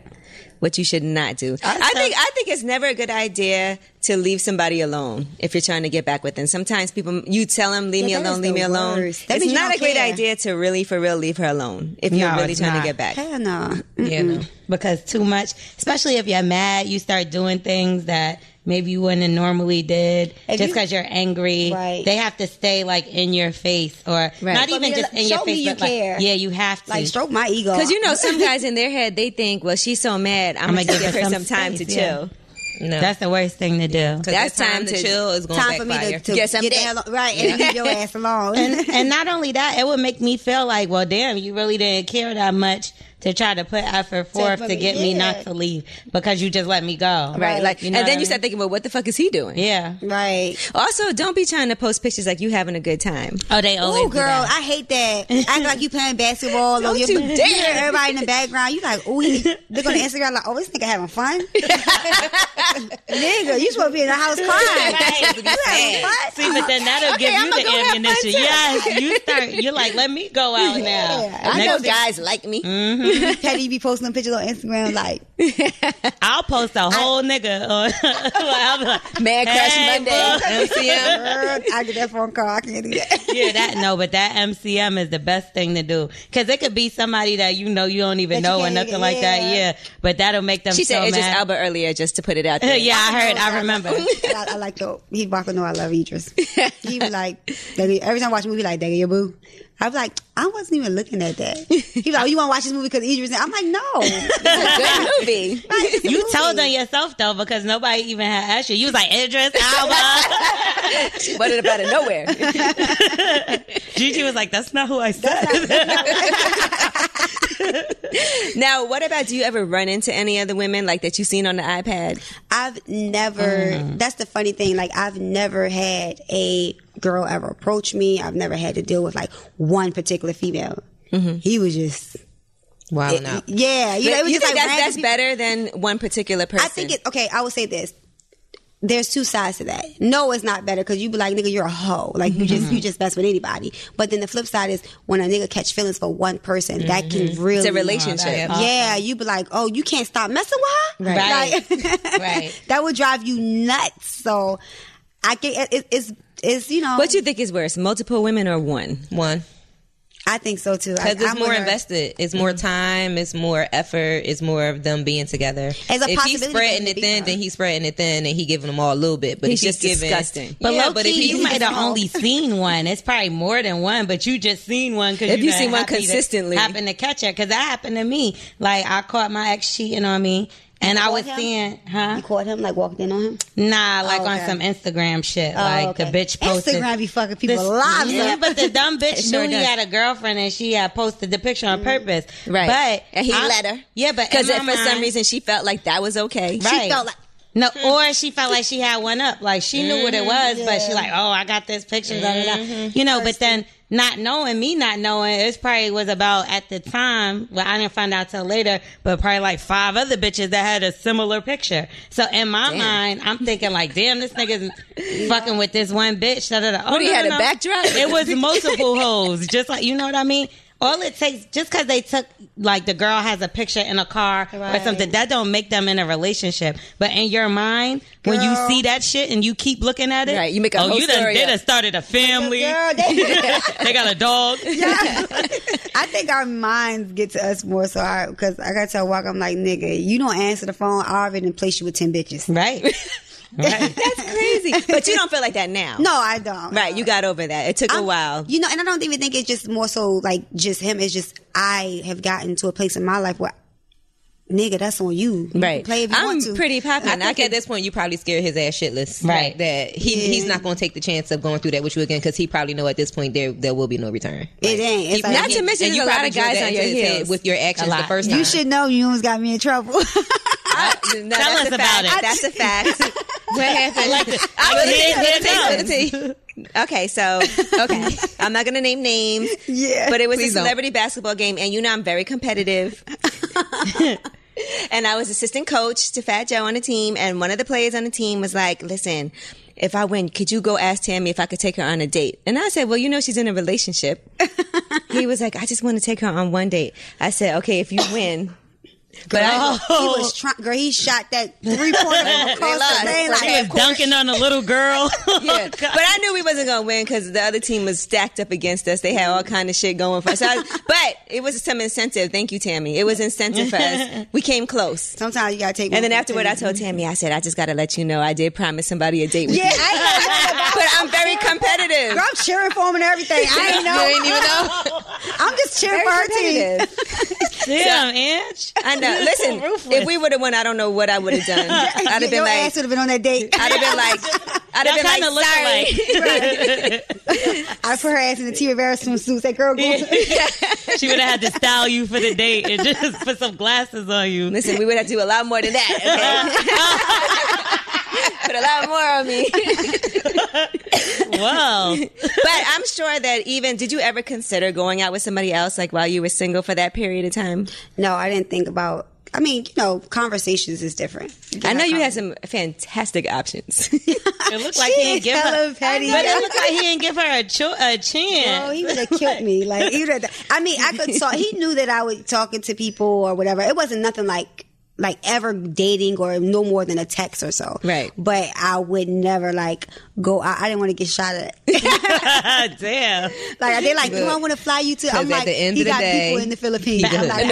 S1: What you should not do. I think I think it's never a good idea to leave somebody alone if you're trying to get back with them. Sometimes people you tell them leave
S3: Yeah,
S1: me
S3: that
S1: alone,
S3: is
S1: leave
S3: the
S1: me alone.
S3: worst. That
S1: it's
S3: means you
S1: not
S3: don't
S1: a great
S3: care.
S1: idea to really for real leave her alone if you're
S4: No,
S1: really
S4: it's
S1: trying
S4: not.
S1: to get back.
S3: Hell no.
S4: Yeah,
S3: Mm.
S4: no. because too much, especially if you're mad, you start doing things that maybe you wouldn't have normally did
S3: If
S4: just
S3: you-
S4: because you, are angry.
S3: Right.
S4: They have to stay like in your face or not
S3: But
S4: even
S3: be
S4: just
S3: like,
S4: in your
S3: show me
S4: face.
S3: you
S4: but like-
S3: care.
S4: yeah, you have to.
S3: Like stroke my ego.
S1: Because you know, some guys in their head they think, well, she's so mad, I'm, gonna give her some, time
S4: space,
S1: to
S4: yeah.
S1: chill.
S5: No.
S4: That's the worst thing to do.
S1: That's
S5: The
S1: time to-
S5: chill is going
S3: time for me
S5: backfire.
S3: to, to
S1: Yes, I'm
S3: get the
S1: dead.
S3: hell right and leave your ass alone.
S4: and, and not only that, it would make me feel like, well, damn, you really didn't care that much to try to put effort forth to get me
S3: yeah.
S4: not to leave because you just let me go.
S6: Right, like,
S4: You know
S6: and then
S4: what I
S6: you
S4: mean?
S6: start thinking, well, what the fuck is he doing?
S4: Yeah.
S3: right.
S1: Also, don't be trying to post pictures like you having a good time.
S4: Oh, they always.
S3: Oh,
S4: do
S3: girl,
S4: that.
S3: I hate that. Act like you playing basketball. or you you hear everybody in the background. You like, oh, he look on Instagram like, oh, this nigga having fun. nigga, you supposed to be in the house crying. You having fun?
S4: See, but then that'll give you the ammunition. Yes, you start. You're like, let me go out now.
S3: Yeah.
S6: I know
S4: Next thing-
S6: guys like me.
S3: Petty Mm-hmm. be posting them pictures on Instagram like,
S4: I'll post a whole nigga. On, I'm like,
S6: Mad Crush
S4: Hey,
S6: Monday.
S5: MCM.
S3: girl, I get that phone call. I can't do that.
S4: yeah, that no, but that MCM is the best thing to do because it could be somebody that you know you don't even
S3: That you
S4: know or
S3: can't
S4: nothing
S3: even-
S4: like that.
S3: yeah.
S4: Yeah, but that'll make them.
S1: She
S4: so
S1: said Idris
S4: mad.
S1: Elba earlier just to put it out there.
S4: yeah, I heard. I remember.
S3: I, I like the he Barker know I love Idris. He was like "Nigga," every time I watch a movie like Dagger your boo. I was like, I wasn't even looking at that. He was like, oh, you want to watch this movie because Idris? in it?" I'm like, no.
S6: Good movie.
S4: You told on yourself though because nobody even had asked you. You was like Idris Elba.
S6: But it out of nowhere.
S4: Gigi was like, "That's not who I said."
S1: Now, what about do you ever run into any other women like that you've seen on the iPad?
S3: I've never.
S1: Mm.
S3: That's the funny thing. Like I've never had a girl ever approach me. I've never had to deal with like one particular female.
S1: Mm-hmm.
S3: He was just
S5: Wild out.
S3: yeah. You, know, it was
S1: you
S3: just
S1: think that's,
S3: like random
S1: that's
S3: people.
S1: better than one particular person?
S3: I think it. Okay, I will say this. There's two sides to that. No, it's not better because you be like, nigga, you're a hoe. Like you just
S4: Mm-hmm.
S3: you just mess with anybody. But then the flip side is when a nigga catch feelings for one person, that
S4: Mm-hmm.
S3: can really
S1: it's a relationship.
S3: Yeah, you be like, oh, you can't stop messing with her.
S4: Right.
S3: Like-
S4: Right.
S3: that would drive you nuts. So I get it, it's it's you know.
S1: What you think is worse, multiple women or one?
S5: One.
S3: I think so too. I-
S5: Because it's
S3: I'm
S5: more
S3: with her.
S5: invested. It's more time. It's more effort. It's more of them being together.
S3: There's a
S5: if
S3: possibility
S5: he's
S3: that
S5: spreading
S3: they
S5: it
S3: be
S5: thin,
S3: her.
S5: then he's spreading it thin, and he giving them all a little bit. But
S1: He's
S5: if he's
S1: just
S5: giving,
S1: disgusting.
S4: But
S5: yeah,
S4: low
S5: but if
S4: key,
S5: he's
S4: you might have only seen one. It's probably more than one, but you just seen one because
S1: If you seen one consistently.
S4: happened to catch her because that happened to me. Like I caught my ex cheating on me, and I was
S3: him?
S4: seeing, huh?
S3: You caught him like walked in on him.
S4: Nah, like
S3: okay.
S4: on some Instagram shit. like the
S3: okay.
S4: bitch posted.
S3: Instagram be fucking people lives
S4: Yeah,
S3: up.
S4: but the dumb bitch
S1: sure
S4: knew he
S1: does. Mm.
S4: had a girlfriend and she had posted the picture on purpose.
S1: Right.
S4: But
S1: and he
S4: I-
S1: let her.
S4: Yeah, but
S1: because
S4: in
S1: for
S4: my
S1: some
S4: mind-
S1: reason she felt like that was okay.
S4: Right.
S3: She felt like
S4: No,
S6: Hmm.
S4: or she felt like
S6: Mm-hmm.
S4: she had one up. Like she knew what it was, but she like, oh, I got this picture. da, da, da. You know, but then not knowing me not knowing it's probably was about at the time well i didn't find out till later but probably like five other bitches that had a similar picture so in my mind i'm thinking like damn this nigga's fucking with this one bitch da, da, da. Oh,
S6: he had a backdrop?
S4: it was multiple hoes just like you know what i mean all it takes just because they took like the girl has a picture in a car or something that don't make them in a relationship but in your mind when you see that shit and you keep looking at it
S6: Right, you make a
S4: oh
S6: whole
S4: you done
S6: story
S4: did
S6: up.
S4: a started a family
S3: Girl, they-
S4: they got a dog.
S3: I think our minds get to us more so I because I got to walk. I'm like, nigga, you don't answer the phone. I already placed you with ten bitches.
S4: Right.
S1: That's crazy. But you don't feel like that now.
S3: No, I don't.
S1: Right, you got over that. It took a
S3: I'm-
S1: while.
S3: You know, and I don't even think it's just more so like just him. It's just I have gotten to a place in my life where, nigga, that's on you. You
S6: Right.
S3: play if you
S1: I'm
S3: want to.
S1: pretty popular.
S5: I
S1: and I
S5: think
S1: can
S5: at this point you probably scared his ass shitless,
S4: Right.
S5: That he he's not going to take the chance of going through that with you again because he probably know at this point there there will be no return.
S3: It ain't. It's like,
S1: Not to mention
S5: And
S1: there's
S5: you
S1: a lot
S5: probably
S1: of
S5: drew
S1: guys
S5: that
S1: on your
S5: into his head
S1: heels.
S5: with your actions the first time.
S3: you should know you almost got me in trouble.
S1: I, no,
S4: Tell
S1: that's
S4: us
S1: a fact.
S4: about it.
S1: That's a fact.
S5: What happened? I like it.
S1: I
S4: Here
S1: was Okay, so okay, I'm not gonna name names.
S3: Yeah.
S1: but it was a
S5: Please don't.
S1: celebrity basketball game, and you know I'm very competitive. and I was assistant coach to Fat Joe on the team, and one of the players on the team was like, "Listen, if I win, could you go ask Tammy if I could take her on a date?" And I said, "Well, you know she's in a relationship." he was like, "I just want to take her on one date." I said, "Okay, if you win." But I,
S3: he was trying. Girl, he shot that three pointer across
S1: lost.
S3: the lane.
S1: He was
S3: Like,
S4: Dunking on a little girl.
S1: Yeah. but I knew we wasn't gonna win because the other team was stacked up against us. They had all kind of shit going for us. So I- but it was some incentive. Thank you, Tammy. It was incentive for us. We came close.
S3: sometimes you gotta take.
S1: And then afterward, I told Tammy, I said, I just gotta let you know, I did promise somebody a date with
S3: Yeah, I,
S1: you.
S3: I,
S1: But I'm very competitive.
S3: girl, I'm cheering for him and everything. I ain't know. I'm just cheering
S1: Very
S3: for her team.
S1: competitive.
S4: Damn, Ange.
S1: I know. Listen, if we would have won, I don't know what I would have done. I'd have
S3: Your
S1: been like,
S3: ass would have been on that date.
S1: I'd have been like, I'd
S4: Y'all
S1: have
S4: kind
S1: been like,
S4: of look
S1: sorry.
S4: alike.
S3: I put her ass in the T Rivera swimsuit. Say, girl, go.
S4: She would have had to style you for the date and just put some glasses on you.
S1: Listen, we would have to do a lot more than that. Okay? Put a lot more on me.
S4: Wow.
S1: But I'm sure that even did you ever consider going out with somebody else like while you were single for that period of time?
S3: No, I didn't think about. I mean, you know, conversations is different.
S1: I know you had some fantastic options.
S4: It looked like he didn't give her.
S3: Hella petty.
S4: But it looked like he didn't give her a, cho- a
S3: Oh,
S4: chance.
S3: he would have killed me. Like he would have. I mean, I could talk. He knew that I was talking to people or whatever. It wasn't nothing like like ever dating or no more than a text or so.
S1: Right.
S3: But I would never like go. out. I didn't want to get shot at.
S4: Damn.
S3: Like they like, do I want to fly you to? I'm
S5: at
S3: like,
S5: the end
S3: he
S5: of the
S3: got
S5: day-
S3: people in the Philippines. I'm like,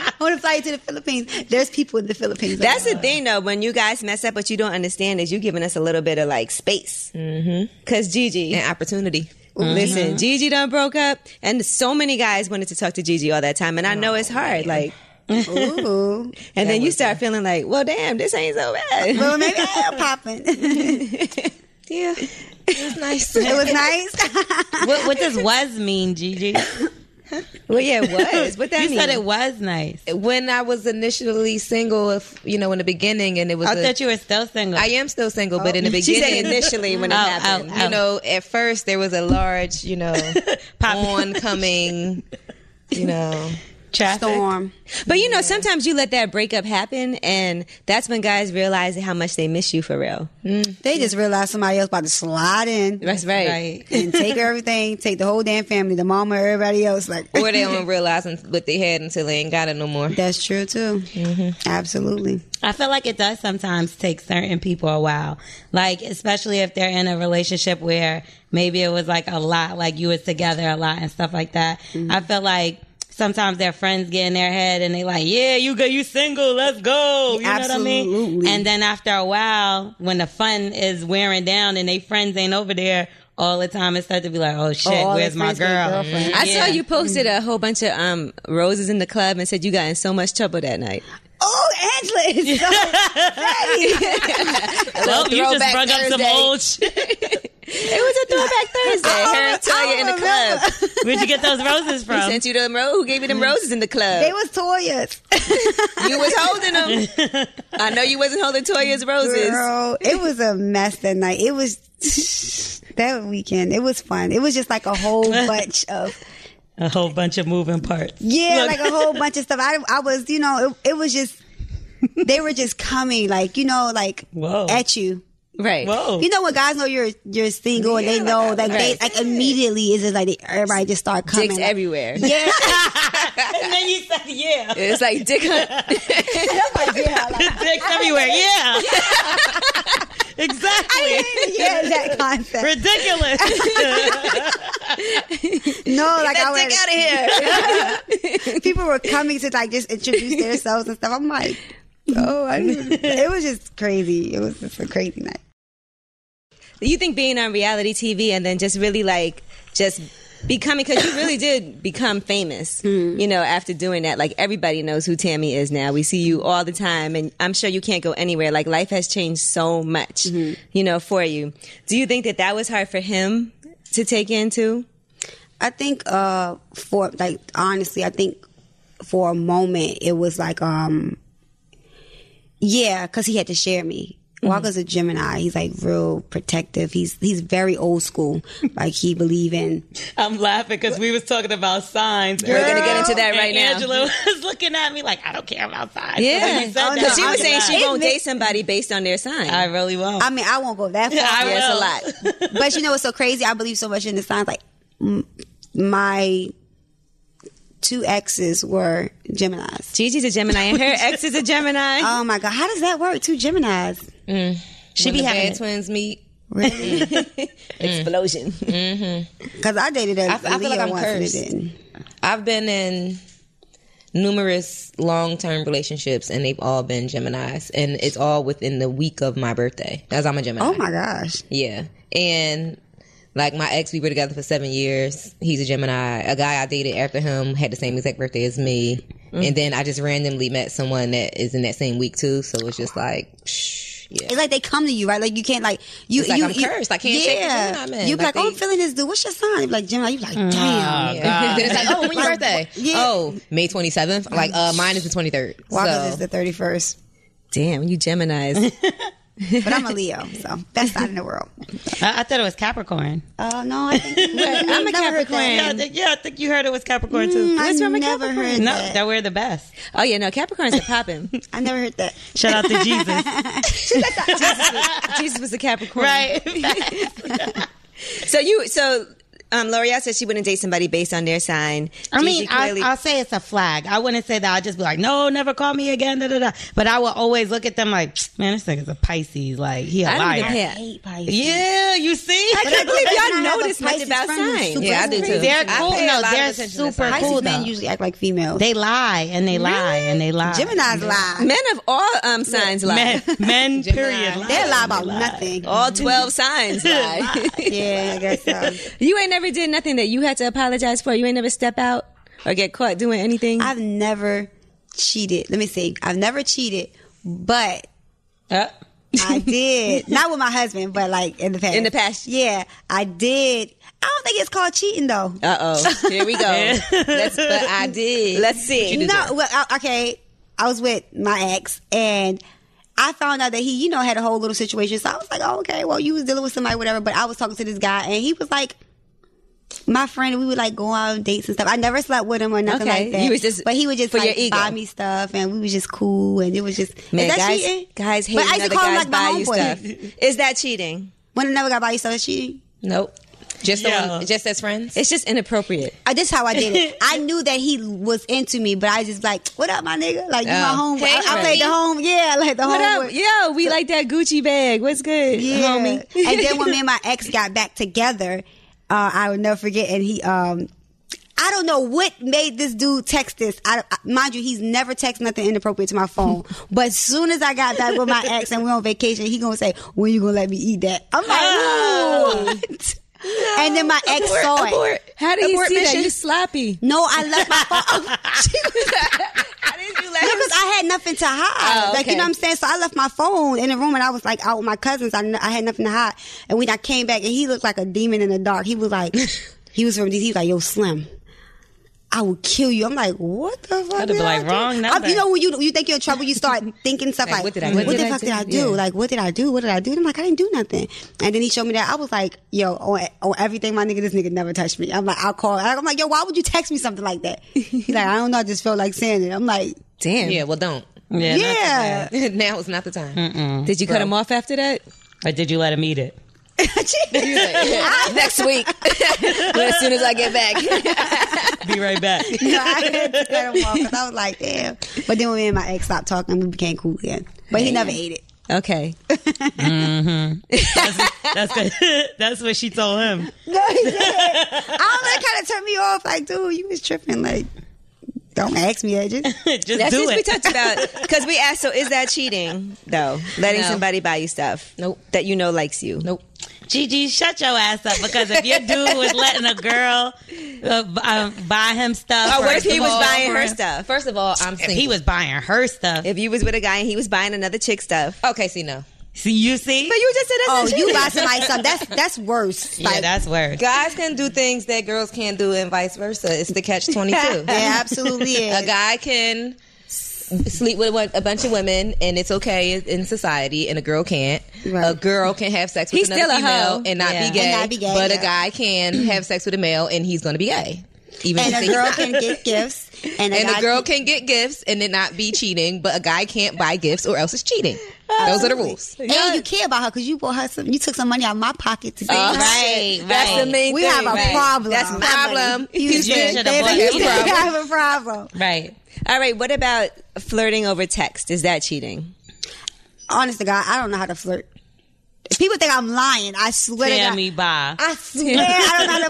S3: I want to fly you to the Philippines. There's people in the Philippines.
S1: That's the thing though, when you guys mess up, what you don't understand is you giving us a little bit of like space. Mm-hmm. Cause Gigi,
S5: An opportunity.
S1: listen, Gigi done broke up, and so many guys wanted to talk to Gigi all that time, and I know it's hard. Like,
S3: Ooh.
S1: and then you start feeling like, well, damn, this ain't so bad.
S3: Well, maybe I'm popping. it
S5: Yeah, it was nice.
S3: was nice.
S4: What, what does was mean, Gigi?
S1: well, yeah, it was. What that
S4: You
S1: mean?
S4: said it was nice.
S5: when I was initially single, if you know, in the beginning, and it was
S4: I
S5: a-
S4: thought you were still single.
S5: I am still single, but in the
S1: Oh. she said
S5: beginning,
S1: initially when it
S4: Oh,
S1: happened.
S4: oh,
S5: you know, at first there was a large, you know,
S4: Pop-
S5: oncoming, you know,
S4: Traffic.
S3: Storm.
S1: But you know, sometimes you let that breakup happen, and that's when guys realize how much they miss you for real.
S3: They just realized somebody else about to slide in
S1: That's right.
S3: and take everything, take the whole damn family, the mama, everybody else. Like
S5: or they don't realize what they had until they ain't got it no more.
S3: That's true too.
S5: Mm-hmm.
S3: Absolutely.
S4: I feel like it does sometimes take certain people a while. Like, especially if they're in a relationship where maybe it was like a lot, like you was together a lot and stuff like that.
S3: Mm-hmm.
S4: I feel like sometimes their friends get in their head and they like, yeah, you go, you single, let's go. You know what I mean?
S3: Absolutely.
S4: And then after a while, when the fun is wearing down and they friends ain't over there all the time, it start to be like, oh shit,
S3: all their
S4: where's my
S3: friends get a
S4: girl?
S3: girlfriend.
S1: I saw you posted a whole bunch of um, roses in the club and said you got in so much trouble that night.
S3: Oh, Angela is so
S4: Oh, you just
S6: Throwback
S4: brought up some
S6: Thursday.
S4: old shit.
S1: It was a throwback Thursday. Her and Toya in the club.
S4: Where'd you get those roses from?
S1: Sent you them rose. Who gave
S4: Mm.
S1: you them roses in the club?
S3: they was Toya's.
S1: you was holding them. I know you wasn't holding Toya's roses.
S3: Girl, it was a mess that night. It was that weekend. It was fun. It was just like a whole bunch of
S4: A whole bunch of moving parts.
S3: yeah,
S4: Look.
S3: like a whole bunch of stuff. I, I was, you know, it, it was just they were just coming, like you know, like
S4: Whoa. Oh.
S3: at you.
S7: Right.
S4: Whoa.
S3: You know when guys know you're you're single and they know like they
S7: right.
S3: like immediately is just like they, everybody just start coming.
S7: Dicks everywhere.
S3: Yeah,
S4: and then you said, yeah.
S7: It's like dick hunt.
S4: Dicks everywhere. Yeah. exactly.
S3: yeah, that concept.
S4: Ridiculous.
S3: No, like I
S7: dick
S3: was,
S7: out of here.
S3: people were coming to like just introduce themselves and stuff. I'm like, oh, I didn't- it was just crazy. It was just a crazy night.
S1: you think being on reality TV and then just really like just becoming because you really did become famous, you know, after doing that. Like everybody knows who Tammy is now. We see you all the time, and I'm sure you can't go anywhere. Like life has changed so much, you know, for you. Do you think that that was hard for him to take into?
S3: I think uh for like honestly, I think for a moment it was like um yeah, cuz he had to share me. Walker's a Gemini. He's like real protective. He's he's very old school. Like he believe in
S4: I'm laughing because we was talking about signs.
S7: We're gonna get into that
S4: And
S7: right now.
S4: Angela was looking at me like, I don't care about signs.
S1: Yeah.
S3: Oh, no,
S1: Because she
S3: I'm
S1: was saying she
S3: not.
S1: won't date somebody based on their sign.
S4: I really won't.
S3: I mean, I won't go that far.
S4: I
S3: Yeah, it's a
S4: will.
S3: lot. but you know what's so crazy? I believe so much in the signs. Like m- my two exes were Geminis.
S1: Gigi's a Gemini and her ex is a Gemini.
S3: Oh my god, how does that work? Two Geminis.
S8: Mm. She be having twins meet.
S3: Really?
S1: Explosion.
S3: Because I dated a
S8: I feel like
S3: Leo
S8: I'm
S3: once and it
S8: cursed.
S3: didn't.
S8: I've been in numerous long-term relationships, and they've all been Gemini's, and it's all within the week of my birthday, as I'm a Gemini.
S3: Oh my gosh.
S8: Yeah. And like my ex, we were together for seven years. He's a Gemini. A guy I dated after him had the same exact birthday as me.
S4: Mm.
S8: And then I just randomly met someone that is in that same week too. So it's just like, psh, yeah.
S3: It's like they come to you, right? Like you can't like you
S8: It's like
S3: you,
S8: I'm
S3: you-
S8: cursed. I can't shake the Gemini man.
S3: You be like,
S8: Like
S3: oh, I'm
S8: they- Mm-hmm.
S3: feeling this dude. What's your sign? You be like Gemini. You be like, damn.
S8: Then it's like, oh, when your birthday?
S3: Yeah.
S8: Oh, May 27th. I'm Like, uh, mine is the 23rd.
S3: Walker's
S8: so
S3: is the thirty first,
S1: Damn, you Geminis.
S3: but I'm a Leo, so best sign in the world.
S4: I, I thought it was Capricorn.
S3: Oh no, I think I'm a
S4: Yeah, I think, yeah, I think you heard it was Capricorn too.
S3: What's wrong with never heard
S4: No,
S3: that.
S4: Mm, that we're the best.
S1: Oh yeah, no, Capricorns are popping.
S3: I never heard that.
S4: Shout out to Jesus.
S1: Jesus was a Capricorn. So you so um L'Oreal said she wouldn't date somebody based on their sign.
S4: I mean,
S1: Gigi
S4: I,
S1: clearly-
S4: I'll say it's a flag. I wouldn't say that. I'd just be like, no, never call me again. Da, da, da. But I will always look at them like, man, this nigga's a Pisces. Like, he a
S1: I don't
S4: liar.
S1: even care.
S3: Hate Pisces.
S4: Yeah, you see?
S1: I can't believe y'all
S3: I have
S1: know
S3: a
S1: this much
S3: Pisces
S1: about
S3: friend who's
S1: signs.
S3: super
S8: yeah, I do too.
S4: They're
S8: I
S4: cool.
S8: pay a
S4: No,
S8: lot of
S4: they're
S8: attention to
S4: super
S8: signs.
S4: cool
S3: Pisces
S4: though.
S3: men usually act like females.
S4: they lie and they lie and they lie.
S3: Gemini's lie.
S1: Men of all um signs lie.
S4: Men, men period.
S8: Gemini.
S3: They lie about nothing.
S1: All twelve signs lie.
S3: Yeah, I guess so.
S1: you ain't never did nothing that you had to apologize for. You ain't never step out or get caught doing anything.
S3: I've never cheated. Let me see. I've never cheated, but
S4: Uh,
S3: I did. Not with my husband, but like in the past.
S1: In the past.
S3: Yeah, I did. I don't think it's called cheating though.
S1: Uh oh, here we go.
S8: That's, but I did.
S1: Let's see.
S3: no, well, I, okay. I was with my ex and I found out that he, you know, had a whole little situation. So I was like, oh, okay, well, you was dealing with somebody, whatever. But I was talking to this guy and he was like, my friend, we would like go out on dates and stuff. I never slept with him or nothing
S1: Okay.
S3: like that.
S1: You was just-
S3: but he would just
S1: for your
S3: like
S1: ego.
S3: buy me stuff, and we was just cool, and it was just
S1: Man,
S3: is that
S1: guys,
S3: cheating?
S1: guys hate
S3: But I
S1: when
S3: used
S1: other
S3: to call him
S1: guys
S3: like
S1: buy
S3: my
S1: you
S3: homeboy.
S1: stuff. Is that cheating?
S3: When I never got by you, so that's cheating.
S8: Nope. Just, the
S4: Yeah.
S8: one, just as friends.
S1: It's just inappropriate.
S3: Uh, this is how I did it. I knew that he was into me, but I just like, what up, my nigga? Like you my
S8: Oh.
S3: home.
S8: Hey,
S3: I, I played the
S8: homie.
S3: home. Yeah, like the
S1: What
S3: home.
S1: up? Yo, we like that Gucci bag. What's good,
S3: Oh, yeah.
S1: homie?
S3: and then when me and my ex got back together, uh, I would never forget. And he, um, I don't know what made this dude text this. I, I- mind you, he's never texted nothing inappropriate to my phone. but as soon as I got back with my ex and we're on vacation, he gonna say, "When you gonna let me eat that?" I'm like, "Ooh." And then my ex saw it.
S1: How did
S8: Abort
S1: he see
S8: mission.
S1: that? You sloppy.
S3: No, I left my phone.
S1: How did you let him
S3: because I had nothing to hide.
S1: Oh,
S3: Like you
S1: okay.
S3: know what I'm saying. So I left my phone in the room and I was like out with my cousins. I, kn- I had nothing to hide. And when I came back, and he looked like a demon in the dark. He was like, he was from DC. He was like, yo, Slim. I will kill you. I'm like, what the fuck?
S4: That'd
S3: did
S4: be like,
S3: I do?
S4: wrong
S3: I-
S4: number.
S3: you know, when you you think you're in trouble, you start thinking stuff like,
S9: what did I
S3: what
S9: do?
S3: the fuck did I do?
S9: Yeah.
S3: Like, what did I do? What did I do? And I'm like, I didn't do nothing. And then he showed me that. I was like, yo, on, on everything, my nigga, this nigga never touched me. I'm like, I'll call. I'm like, yo, why would you text me something like that? He's like, I don't know. I just felt like saying it. I'm like,
S1: Damn.
S9: Yeah, well, don't.
S4: Yeah. not the
S3: yeah.
S4: best.
S9: now is not the time.
S1: Did you cut him off after that?
S4: Or did you let him eat it?
S10: Next week. but as soon as I get back.
S4: Be right back.
S3: No, I had to cut him off 'cause I was like, damn. But then when me and my ex stopped talking, we became cool again. But he never ate it.
S1: Okay.
S4: That's good. That's what she told him.
S3: No, he did. I don't know. It kind of turned me off. Like, dude, you was tripping. Like, don't ask me, that. Just
S4: Just
S1: That's
S4: do
S1: just we
S4: it.
S1: talked about because we asked. So is that cheating though? Letting
S9: No.
S1: somebody buy you stuff?
S9: Nope.
S1: That you know likes you.
S9: Nope.
S4: Gigi, shut your ass up because if your dude was letting a girl uh, b- um, buy him stuff,
S1: Oh, what if
S4: first
S1: he
S4: of
S1: was
S4: all-
S1: buying her stuff?
S9: First of all, I'm
S4: If
S9: single.
S4: he was buying her stuff,
S1: If you was with a guy and he was buying another chick stuff,
S9: okay, see, no.
S4: see you see,
S1: but you just said
S3: oh,
S1: that's not
S3: you
S1: cheating.
S3: buy somebody something. That's that's worse.
S4: yeah,
S3: Like,
S4: that's weird.
S9: Guys can do things that girls can't do, and vice versa. It's the catch 22.
S3: yeah, absolutely.
S9: a
S3: Is.
S9: guy can sleep with one- a bunch of women and it's okay in society and a girl can't
S3: Right.
S9: a girl can have sex with
S1: He's
S9: another
S1: still a
S9: female
S1: hoe.
S9: and not,
S4: Yeah.
S9: be gay,
S3: And not be gay,
S9: but
S3: yeah.
S9: a guy can have sex with a male and he's gonna be gay even
S3: And
S9: if
S3: a
S9: he's
S3: girl
S9: not.
S3: can get gifts, and a,
S9: and
S3: guy
S9: a girl can get gifts and it not be cheating but a guy can't buy gifts or else it's cheating those are the rules
S3: And you care about her because you bought her some. You took some money out of my pocket to get her.
S4: right,
S1: That's the
S4: right,
S1: main
S3: We
S1: thing.
S3: have a
S1: Uh-huh. right?
S3: problem.
S1: That's my problem.
S3: Houston,
S4: You should've
S3: baby,
S4: bought her
S3: Houston,
S4: a
S3: we
S4: problem.
S3: have a problem.
S4: right.
S1: All right. What about flirting over text? Is that cheating?
S3: Honest to God, I don't know how to flirt. People think I'm lying. I swear to
S4: Tell
S3: God.
S4: me, bye.
S3: I swear I don't know how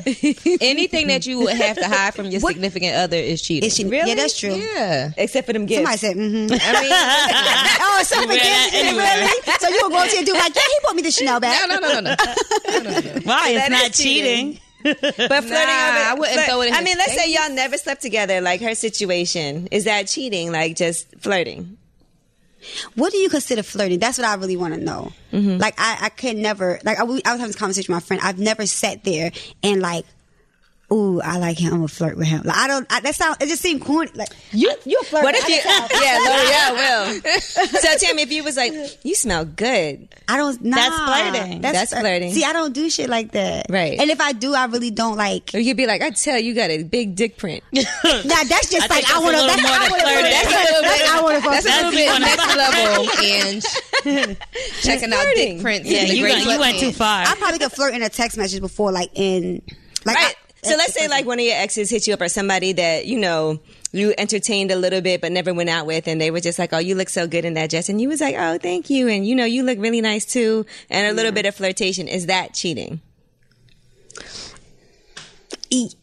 S3: to flirt.
S9: listen anything that you would have to hide from your significant other is cheating
S3: Is she-
S1: Really?
S3: Yeah, that's true.
S9: yeah
S1: Except for them gifts.
S3: Somebody said, mm-hmm.
S9: I mean
S3: oh, so
S4: Wear that
S3: forget it,
S4: anywhere.
S3: really? So you will go to your dude like, yeah, he bought me the Chanel bag.
S9: no no no no, no.
S4: Why it's
S1: That
S4: not
S1: is cheating.
S4: cheating?
S1: But flirting
S9: Nah,
S1: over,
S9: I wouldn't throw it in
S1: I
S9: his
S1: mean, let's say y'all never slept together. Like her situation, is that cheating? Like just flirting?
S3: What do you consider flirting? That's what I really want to know.
S1: Mm-hmm.
S3: Like, I, I could never, like, I, we- I was having this conversation with my friend. I've never sat there and, like, ooh, I like him. I'm going to flirt with him. Like, I don't, I, that sound, it just seemed corny. Like, you, you're flirting.
S1: What if you? yeah, L'Oreal will. So Tammy, if you was like, you smell good.
S3: I don't, nah.
S1: That's flirting. That's flirting.
S3: See, I don't do shit like that.
S1: Right.
S3: And if I do, I really don't like,
S1: Or you'd be like, I tell you, you got a big dick print.
S3: now that's just like,
S4: that's
S3: I
S4: a
S3: want to, that's,
S4: little more
S3: I
S4: than
S3: want to flirt.
S4: flirting.
S3: That's, that's, I want to go
S9: That's a little
S4: That's
S9: bit
S4: even
S9: next level, and checking out dick prints.
S4: Yeah,
S9: in the
S4: you,
S9: great
S4: went, you went
S9: sweatpants.
S4: too far.
S3: I probably could flirt in a text message before, like in, like,
S1: Right.
S3: I-
S1: So let's say like one of your exes hit you up or somebody that, you know, you entertained a little bit but never went out with and they were just like, Oh, you look so good in that dress and you was like, Oh, thank you and you know, you look really nice too and a little bit of flirtation. Is that cheating?
S3: eat.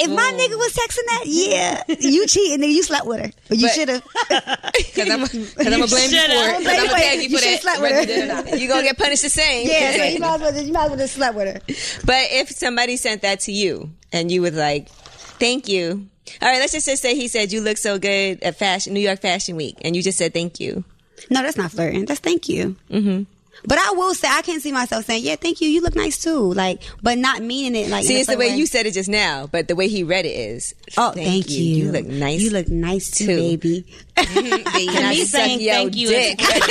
S3: If my nigga was texting that, yeah, you cheating, nigga. You slept with her, but you should have.
S9: Cause I'm, cause I'm gonna blame you for
S4: should've.
S9: it.
S4: I'm
S9: Cause I'm
S3: gonna
S9: gonna
S3: blame
S9: tag
S3: you.
S9: you
S3: You
S9: for that.
S3: should've slept with
S9: whether
S3: her.
S9: you did or not.
S1: You're gonna get punished the same.
S3: Yeah, so you might as well just, you might as well just slept with her.
S1: But if somebody sent that to you and you was like, Thank you. All right, let's just, just say he said you look so good at fashion New York Fashion Week and you just said thank you.
S3: No, that's not flirting. That's thank you. Mm-hmm. But I will say, I can see myself saying, yeah, thank you. You look nice too. Like, but not meaning it. Like, in
S1: See,
S3: a
S1: it's the
S3: certain
S1: way you said it just now, but the way he read it is,
S3: Oh, thank, you.
S1: you. You look nice
S3: You look nice too,
S1: too.
S3: baby.
S1: I
S4: Me
S1: suck
S4: saying
S1: your
S4: thank you
S1: dick.
S4: is yo,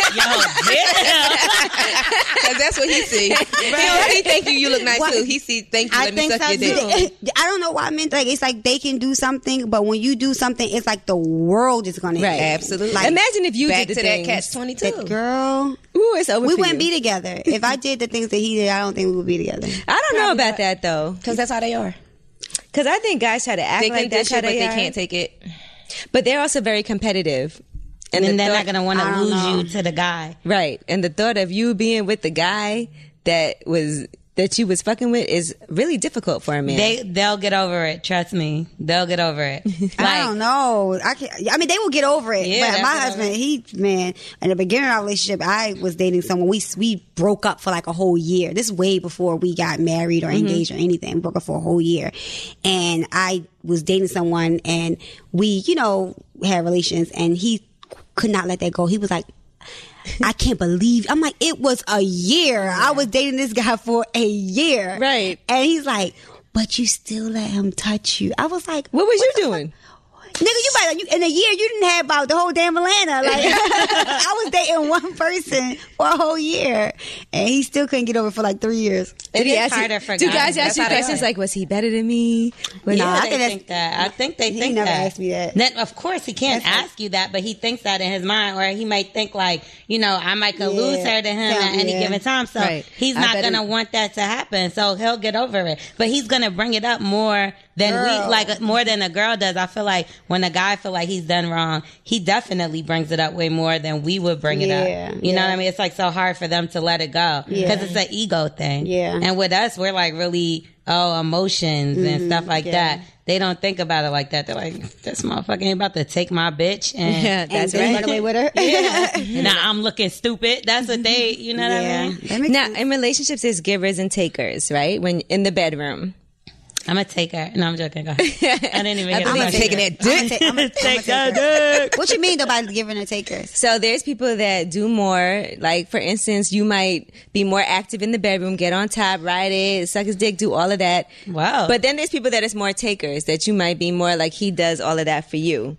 S9: Cause that's what he see. He don't see thank you. You look nice too. He see thank you.
S3: I
S9: let me
S3: think
S9: suck
S3: so
S9: your dick.
S3: too. I don't know why I meant like it's like they can do something, but when you do something, it's like the world is gonna
S1: Right.
S3: end.
S9: Absolutely.
S3: Like,
S1: Imagine if you
S9: Back
S1: did
S9: to
S1: the
S9: that
S1: things.
S9: catch twenty
S3: that
S9: two.
S3: girl.
S1: Ooh, it's over.
S3: we
S1: for
S3: wouldn't
S1: you.
S3: be together. If I did the things that he did, I don't think we would be together.
S1: I don't know about that though,
S9: Cause that's how they are.
S1: because I think guys try to act
S9: They
S1: like
S9: can do
S1: that's how
S9: shit, but
S1: they,
S9: they
S1: are.
S9: can't take it.
S1: But they're also very competitive,
S4: and then
S1: the
S4: they're
S1: thought,
S4: not gonna want to lose you to the guy.
S1: right. And the thought of you being with the guy that was that you was fucking with is really difficult for a man.
S4: They they'll get over it. Trust me, they'll get over it.
S3: I
S4: Like
S3: don't know. I can I mean, they will get over it.
S4: Yeah,
S3: but
S4: that's
S3: my
S4: what I
S3: husband, he man, in the beginning of our relationship, I was dating someone. We we broke up for like a whole year. This is way before we got married or
S4: Mm-hmm.
S3: engaged or anything. We broke up for a whole year, and I was dating someone, and we, you know, had relations, and he could not let that go. He was like. I can't believe I'm like it was a year. I was dating this guy for a year.
S1: Right.
S3: And he's like, but you still let him touch you. I was like,
S1: What was you doing?
S3: Nigga, you about you, in a year you didn't have about the whole damn Atlanta. Like I was dating one person for a whole year, and he still couldn't get over it for like three years.
S1: Did
S4: is harder for
S1: do
S4: guys.
S1: guys
S4: That's
S1: ask you
S4: how they
S1: questions
S4: do it.
S1: like, was he better than me? Was-
S3: Nah, I
S4: I
S3: think that's-
S4: think that. I think they
S3: He
S4: think
S3: never
S4: that.
S3: asked me that.
S4: Then, of course, he can't ask you that, but he thinks that in his mind, or he might think like, you know, I might could lose her to him at
S3: Yeah.
S4: any given time. So
S11: Right.
S4: he's
S11: I
S4: not
S11: better-
S4: gonna want that to happen. So he'll get over it, but he's gonna bring it up more than we like more than a girl does. I feel like when a guy feel like he's done wrong, he definitely brings it up way more than we would bring
S3: Yeah.
S4: it up. You know what I mean? It's like so hard for them to let it go because
S3: Yeah.
S4: it's an ego thing.
S3: Yeah.
S4: and with us, we're like really oh emotions and stuff like that. They don't think about it like that. They're like, this motfucker ain't about to take my bitch and
S12: Yeah, that's
S3: Then
S12: right.
S3: run away with her.
S4: yeah. now I'm looking stupid. That's what they, you know what I
S3: Yeah.
S4: mean?
S3: That makes
S1: Now,
S3: sense.
S1: in relationships, there's givers and takers, right? When in the bedroom,
S4: I'm gonna take her. No, I'm joking. Go ahead. I didn't even. get
S12: I'm
S4: the
S12: not taking
S4: question.
S12: that dick.
S3: Take- I'ma- I'ma take her. What you mean though by giving or takers?
S1: So there's people that do more. Like for instance, you might be more active in the bedroom, get on top, ride it, suck his dick, do all of that.
S4: Wow.
S1: But then there's people that is more takers. That you might be more like he does all of that for you.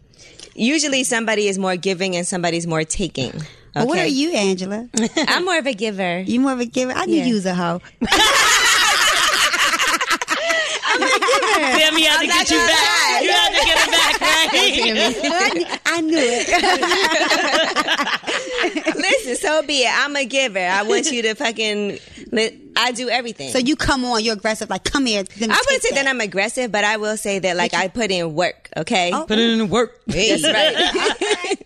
S1: Usually somebody is more giving and somebody's more taking.
S3: Well, What
S1: Okay?
S3: are you, Angela?
S1: I'm more of a giver.
S3: You more of a giver? I knew you was a hoe.
S4: Damn, you had to get you back. You had to get it back, right?
S3: I, knew, I knew it.
S1: Listen, so be it. I'm a giver. I want you to fucking. Li- I do everything.
S3: so you come on, you're aggressive. Like come here. Let me
S1: I wouldn't say
S3: take
S1: that. I'm aggressive, but I will say that like I put in work. Okay.
S3: Oh.
S4: Put it in work.
S1: That's right.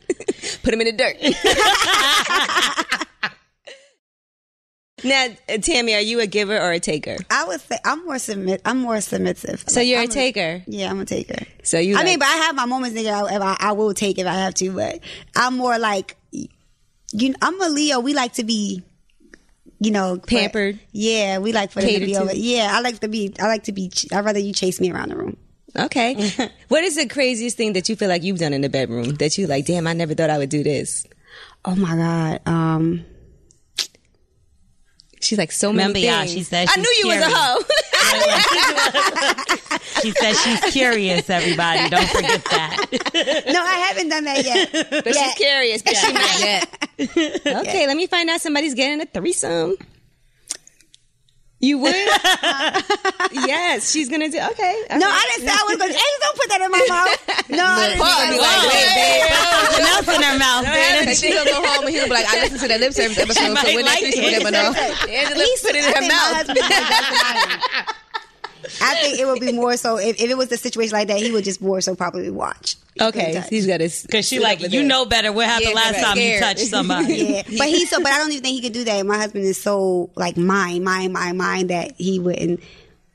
S1: Put him in the dirt. now, uh, Tammy, are you a giver or a taker?
S3: I would say I'm more submit. I'm more submissive.
S1: So
S3: Like,
S1: you're a
S3: I'm
S1: taker.
S3: Yeah, I'm a taker.
S1: So you.
S3: I mean, but
S1: like-
S3: I have my moments, nigga. I, if I, I will take if I have to, but I'm more like, you. I'm a Leo. We like to be, you know, for-
S1: Pampered.
S3: yeah, we like for them to
S1: Catered
S3: be
S1: to.
S3: over. Yeah, I like to be. I like to be. ch- I'd rather you chase me around the room.
S1: okay. what is the craziest thing that you feel like you've done in the bedroom that you like? Damn, I never thought I would do this.
S3: Oh my god. Um.
S1: She's like so many
S4: Remember, y'all,
S1: things.
S4: she said
S1: I
S4: she's
S1: knew you was a
S4: scary.
S1: hoe.
S4: She said she's curious. Everybody, don't forget that.
S3: No, I haven't done that yet.
S1: but she's curious. But she might. Okay, let me find out somebody's getting a threesome. You would? yes, she's gonna do. Okay.
S3: No, I didn't say I was going. to Hey, don't put that in my mouth. No, I didn't say I was-
S4: Something else in her mouth.
S12: And she gonna go home and he'll be like, I listened to that lip service episode, so
S4: might
S12: when that
S4: like
S12: threesome
S4: it.
S12: with him, no. Angela
S3: He
S12: put it in
S3: I
S12: her
S3: think my
S12: mouth.
S3: husband might just lie. I think it would be more so if, if it was a situation like that, he would just more so probably watch.
S1: Okay,
S3: Touch.
S1: he's got to.
S4: Because she like, you know better. What happened
S12: Yeah,
S4: last
S12: right.
S4: time you
S12: Scared.
S4: touched somebody?
S3: Yeah, but he's so. But I don't even think he could do that. My husband is so like mine, mine, mine, mine that he wouldn't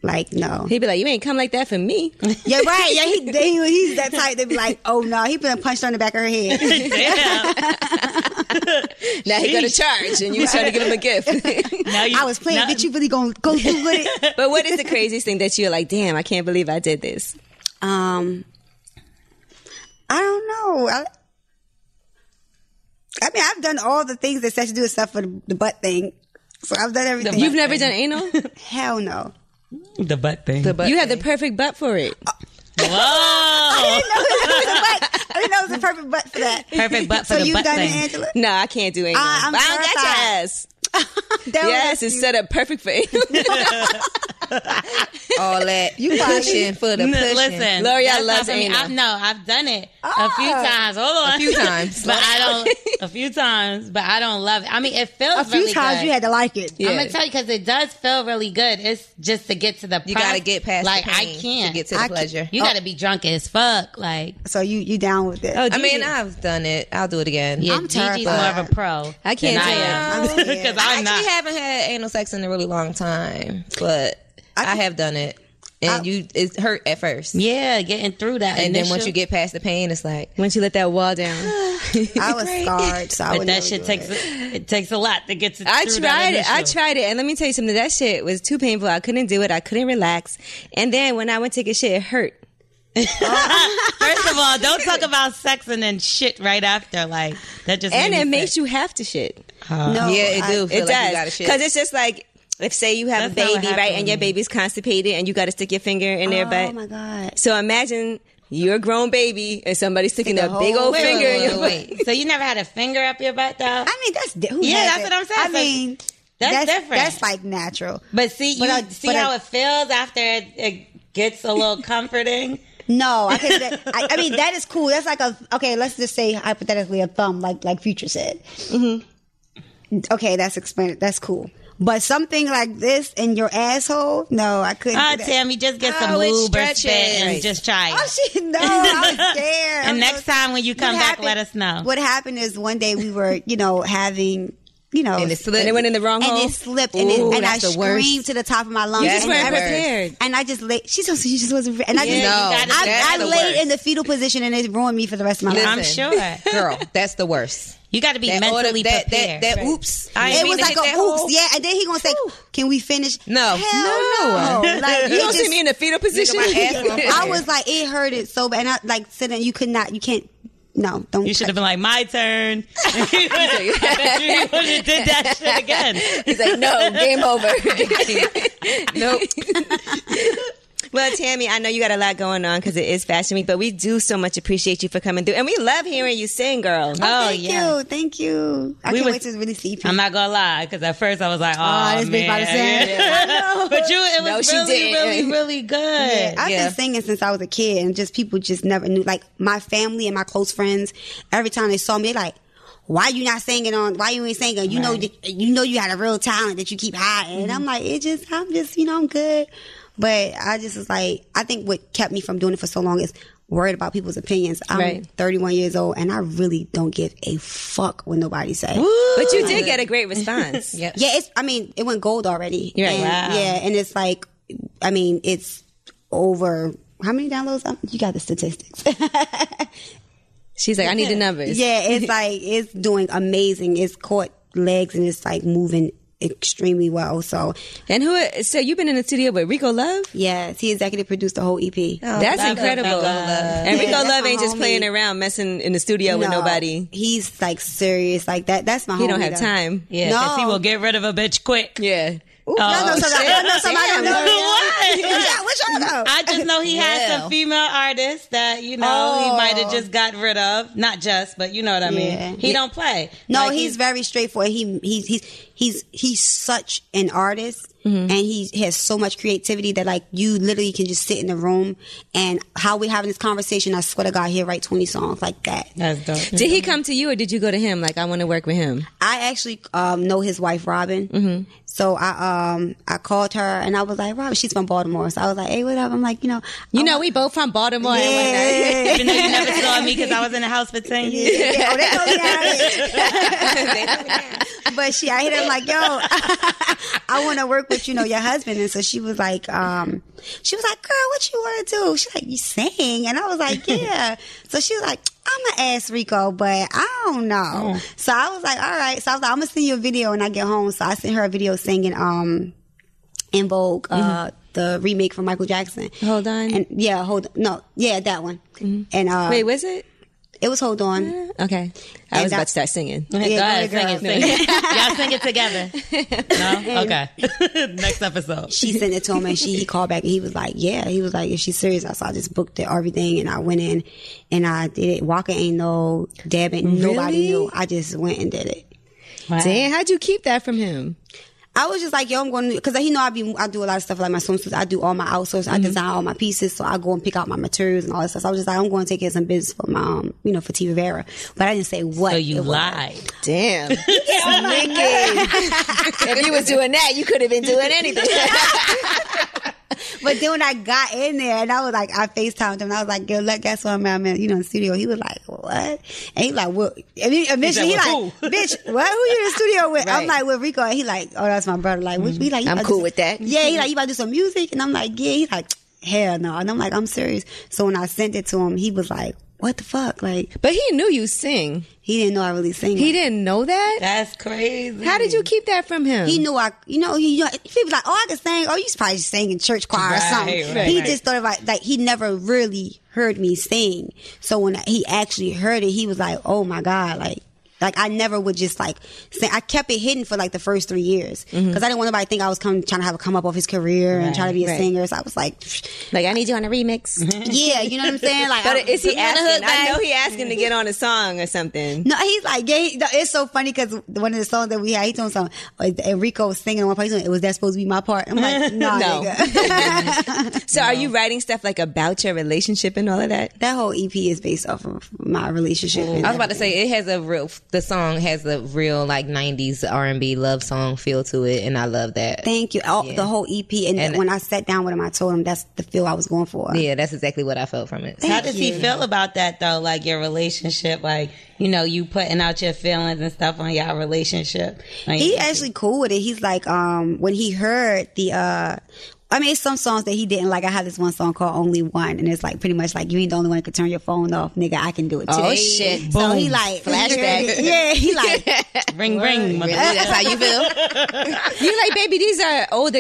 S3: like no.
S1: He'd be like, you ain't come like that for me.
S3: Yeah, right. Yeah, he, they, he's that type. They'd be like, oh no, he been punched on the back of her head.
S4: Damn.
S1: now he gonna charge, and you was trying to give him a gift.
S4: Now you,
S3: I was playing.
S4: now-
S3: Bitch, you really gonna go through with it?
S1: but what is the craziest thing that you're like, damn, I can't believe I did this?
S3: Um, I don't know. I, I mean, I've done all the things that sex do except for the, the butt thing. So I've done everything.
S1: You've never done anal.
S3: Hell no.
S4: the butt thing.
S1: you have the perfect butt for it.
S4: Whoa!
S3: I didn't know it was the perfect butt for that.
S4: Perfect butt for
S3: So
S4: the
S3: you've
S4: butt
S3: done
S4: thing.
S3: it, Angela?
S1: No, I can't do anal.
S3: I- I'm
S1: But I don't got
S3: terrified. Oh,
S1: your ass.
S3: That was-
S1: Yes, it's set up perfect for anal.
S12: All that you
S3: probably-
S12: pushing for the
S4: N-
S12: pushing.
S4: Listen,
S1: L'Oreal
S4: that's not
S1: loves
S4: for me.
S1: anal.
S4: I've, no, I've done it a few times. Hold on,
S12: Ah. few times.
S4: but I don't. A few times, but I don't love it. I mean, it feels
S3: a few
S4: really
S3: times
S4: good.
S3: you had to like it.
S4: I'm gonna tell you because it does feel really good. It's just to get to the.
S12: You
S4: pro-
S12: gotta get past
S4: Like
S12: the pain
S4: I can't.
S12: to get to Oh. the
S3: I can't-
S12: pleasure.
S4: you gotta be drunk as fuck. Like
S3: So you you down with
S4: Oh,
S3: it?
S12: I mean, I've done it. I'll do it again.
S4: yeah,
S3: I'm
S4: Gigi's more
S3: terrified.
S4: of a pro.
S1: I can't do
S4: than
S3: I'm
S4: I am
S3: scared.
S4: because
S12: I
S4: I'm
S12: actually
S4: not.
S12: haven't had anal sex in a really long time, but I, have done it, and you it hurt at first,
S4: Yeah, getting through that,
S12: and then
S4: initial-
S12: once you get past the pain, it's like
S1: Once you let that wall down,
S3: I was scarred, so I
S4: But
S3: would
S4: that
S3: never
S4: shit
S3: do
S4: takes a, it takes a lot to get to.
S1: I
S4: through that
S1: tried it. I
S4: initial.
S1: tried it, and let me tell you something. That shit was too painful. I couldn't do it. I couldn't relax. And then when I went to get shit, it hurt.
S4: First of all, don't talk about sex and then shit right after. Like that just
S1: And
S4: made
S1: it
S4: me
S1: makes
S4: sick.
S1: you have to shit.
S3: No,
S12: yeah, it do. feel
S3: I-
S12: like
S1: it
S12: you
S1: does
S12: gotta shit.
S1: because it's just like
S13: if say you have
S4: That's not
S13: a
S4: what
S13: baby, right, and your
S4: happened.
S13: baby's constipated and you got to stick your finger in their butt.
S3: Oh my god.
S13: So imagine you're a grown baby and somebody's sticking a
S3: whole-
S13: big old
S3: Wait,
S13: finger in your
S4: Wait, wait, wait. so you never had a finger up your butt though?
S3: I mean, that's di- who
S4: Yeah,
S3: has
S4: that's
S3: it?
S4: what I'm saying.
S3: I
S4: So
S3: mean,
S4: that's different.
S3: That's like natural.
S4: But see, you
S3: But I-
S4: see
S3: but I-
S4: how it feels after it, it gets a little comforting.
S3: No, I can. That, I, I mean, that is cool. That's like a okay. Let's just say hypothetically a thumb, like like Future said. Mm-hmm. Okay, that's explain. That's cool. But something like this in your asshole? No, I couldn't.
S4: Oh,
S3: do that.
S4: Tammy, just get some
S13: Oh, it
S4: lube or
S13: stretches.
S4: spit and just try it.
S3: Oh, she no, I was scared.
S4: and
S3: I'm
S4: next
S3: so-
S4: time when you come
S3: What
S4: back,
S3: happened-
S4: let us know.
S3: What happened is one day we were, you know, having, you know,
S5: And it slipped.
S13: And it went in the wrong
S3: and
S13: hole.
S3: it slipped, and, it,
S13: Ooh,
S3: and I
S13: that's the worst.
S3: screamed to the top of my lungs.
S13: You just
S3: and
S13: weren't
S3: everything.
S13: prepared.
S3: And I just lay. She just, she just wasn't. And I just,
S4: Yeah, you
S5: No,
S4: gotta-
S3: I, I
S5: that's the
S3: laid
S5: worst.
S3: in the fetal position, and it ruined me for the rest of my
S5: Listen.
S3: life.
S4: I'm sure.
S5: Girl, that's the worst.
S4: You got to be
S5: That
S4: mentally
S5: order- that,
S4: prepared.
S5: that, that oops.
S4: I ain't
S3: It was
S4: mean to
S3: like
S4: hit
S3: a
S4: that
S3: oops,
S4: hole.
S3: yeah. And then he gonna say, "Can we finish?"
S5: No.
S3: Hell
S5: No.
S3: no. Like
S13: You
S3: it
S13: don't see
S3: just-
S13: me in the fetal position.
S3: I was like, it hurted so bad. And I like said that you could not, you can't. No, don't.
S4: You should
S3: touch
S4: have been like, my turn. I bet you would have did that shit again.
S6: He's like, no, game over.
S5: Nope.
S13: Well, Tammy, I know you got a lot going on because it is Fashion Week, but we do so much appreciate you for coming through, and we love hearing you sing, girl.
S4: Oh,
S3: thank
S4: yeah.
S3: you, thank you. I
S4: We
S3: can't
S4: was-
S3: wait to really see people.
S4: I'm not gonna lie, because at first I was like, "Oh,
S3: Oh, this
S4: man,"
S3: bitch about to sing.
S4: but you, it was
S6: she
S4: really,
S6: did.
S4: really, really good.
S3: I've been singing since I was a kid, and just people just never knew. Like my family and my close friends, every time they saw me, they like, "Why you not singing on? Why you ain't singing? You know, that- you know, you had a real talent that you keep hiding." And I'm like, "It just, I'm just, you know, I'm good." But I just was like, I think what kept me from doing it for so long is worried about people's opinions. I'm
S13: Right.
S3: 31 years old, and I really don't give a fuck what nobody says.
S13: But you did get a great response. yeah.
S3: Yeah, it's. I mean, it went gold already.
S13: You're right.
S3: And,
S4: Wow.
S3: Yeah, and it's like, I mean, it's over. How many downloads? Um, You got the statistics.
S13: She's like, I need the numbers.
S3: yeah, it's like it's doing amazing. It's caught legs and it's like moving extremely well. So
S13: And who? So you've been in the studio with Rico Love?
S3: yes, he executive produced the whole EP.
S13: that's incredible. And
S3: Oh, Yeah,
S13: Rico
S3: that's
S13: Love
S3: my
S13: ain't just
S3: homie.
S13: playing around, messing in the studio with
S3: No, Oh,
S13: nobody.
S3: He's like serious. Like that. That's my.
S13: He don't
S3: homie,
S13: have
S3: though.
S13: time.
S4: Yeah, 'cause
S3: No.
S4: he will get rid of a bitch quick.
S13: Yeah.
S3: Y'all know somebody. Y'all know somebody.
S13: Damn.
S3: Y'all know-
S4: What?
S3: Y'all- What y'all know?
S4: I just know he has some female artists that you know he
S3: Oh.
S4: might have just got rid of. Not just, but you know what I mean.
S3: Yeah.
S4: He don't play.
S3: No,
S4: Like,
S3: he's, very straightforward. He he's he's he's he's such an artist, and he has so much creativity that like you literally can just sit in the room and how we having this conversation. I swear to God, he'll write twenty songs like that.
S4: That's dope.
S13: Did he come to you or did you go to him? Like, I want to work with him.
S3: I actually um, know his wife Robin, so I um I called her and I was like, Robin, she's from Baltimore, so I was like, hey, what up? I'm like, you know,
S13: You
S3: I
S13: know,
S3: want-
S13: we both from Baltimore. and whatnot.
S3: yeah.
S4: Even though you never saw me because I was in the house for ten years.
S3: Yeah, oh, they know me out here. but she, I hit him like, yo, I want to work with you know your husband, and so she was like, um, she was like, girl, what you want to do? She's like, you sing, and I was like, yeah. so she was like. I'm gonna ask Rico, but I don't know.
S13: Oh.
S3: So I was like, all right. So I was like, I'm gonna send you a video when I get home. So I sent her a video singing um in Vogue, uh, the remake from Michael Jackson.
S13: Mm-hmm. Hold on. Mm-hmm.
S3: And yeah, hold no, yeah, that one. And uh
S13: Wait, Ah. was it?
S3: it was hold on.
S13: Okay. I
S3: And
S13: was
S3: I-
S13: about to start singing.
S4: Go
S3: Yeah,
S4: ahead,
S3: go ahead,
S4: sing it, sing it. Y'all sing it together. No? Okay. Next episode.
S3: she sent it to him and she he called back and he was like, Yeah. He was like, If she's serious, I so I just booked it, everything and I went in and I did it. Walker ain't no dab ain't nobody knew. I just went and did it.
S13: Damn, how'd you keep that from him?
S3: I was just like, yo, I'm going to, because he know I be, I do a lot of stuff like my swimsuits. I do all my outsourcing.
S4: Mm-hmm.
S3: I design all my pieces. So I go and pick out my materials and all that stuff. So I was just like, I'm going to take care of some business for my, um, you know, for T Rivera. But I didn't say what.
S4: So you
S3: it was.
S4: lied.
S13: Damn.
S6: if you was doing that, you could have been doing anything.
S3: But then when I got in there and I was like, I FaceTimed him and I was like, yo, look, guess what I'm at, I'm in, you know, in the studio. He was like, what? And he like, what? And he, eventually he
S4: "With
S3: like,
S4: who?"
S3: bitch, what? Who you in the studio with? I'm like, with Rico. And he like, oh, that's my brother. Like, which we like, you
S6: I'm
S3: about to
S6: cool
S3: do-
S6: with that.
S3: Yeah, he like, you about to do some music? And I'm like, yeah. He's like, hell no. And I'm like, I'm serious. So when I sent it to him, he was like, what the fuck? Like,
S13: But he knew you sing.
S3: he didn't know I really sing.
S13: He didn't know that?
S4: That's crazy.
S13: How did you keep that from him?
S3: He knew I, you know, he, you know, he was like, oh, I can sing. Oh, you probably sing in church choir or
S4: Right,
S3: something.
S4: right,
S3: he
S4: right.
S3: just thought about, like, he never really heard me sing. So when he actually heard it, he was like, oh my God, like, Like I never would just like say I kept it hidden for like the first three years because
S1: Mm-hmm.
S3: I didn't want nobody to think I was come trying to have a come up off his career and try to be a singer. So I was like,
S14: Like I need you on a remix.
S3: yeah, you know what I'm saying? Like,
S1: But
S3: I-
S1: is he
S3: put me on the hook,
S1: asking? I
S3: babe.
S1: know he asking to get on a song or something.
S3: No, he's like, yeah, he, no, it's so funny because one of the songs that we had, he told something, uh, Enrico was singing on one part, he's like, was that supposed to be my part? I'm like, nah,
S1: No.
S3: nigga.
S1: So are you writing stuff like about your relationship and all of that?
S3: that whole EP is based off of my relationship. and
S5: I was about to say it has a real. The song has a real like '90s R&B love song feel to it, and I love that.
S3: Thank you. All, The whole EP. And, when I sat down with him, I told him that's the feel I was going for.
S5: yeah, that's exactly what I felt from it.
S4: How does he feel about that though? Like your relationship, like you know, you putting out your feelings and stuff on y'all relationship. Like,
S3: He actually cool with it. He's like, um, when he heard the, uh, I mean, it's some songs that he didn't like. I had this one song called Only One, and it's like pretty much like you ain't the only one that could turn your phone off, nigga. I can do it too.
S14: Oh shit.
S3: So he like
S14: Flashback.
S3: Yeah, he like
S4: ring ring. mother-
S5: That's how you feel.
S1: You're like, baby, these are old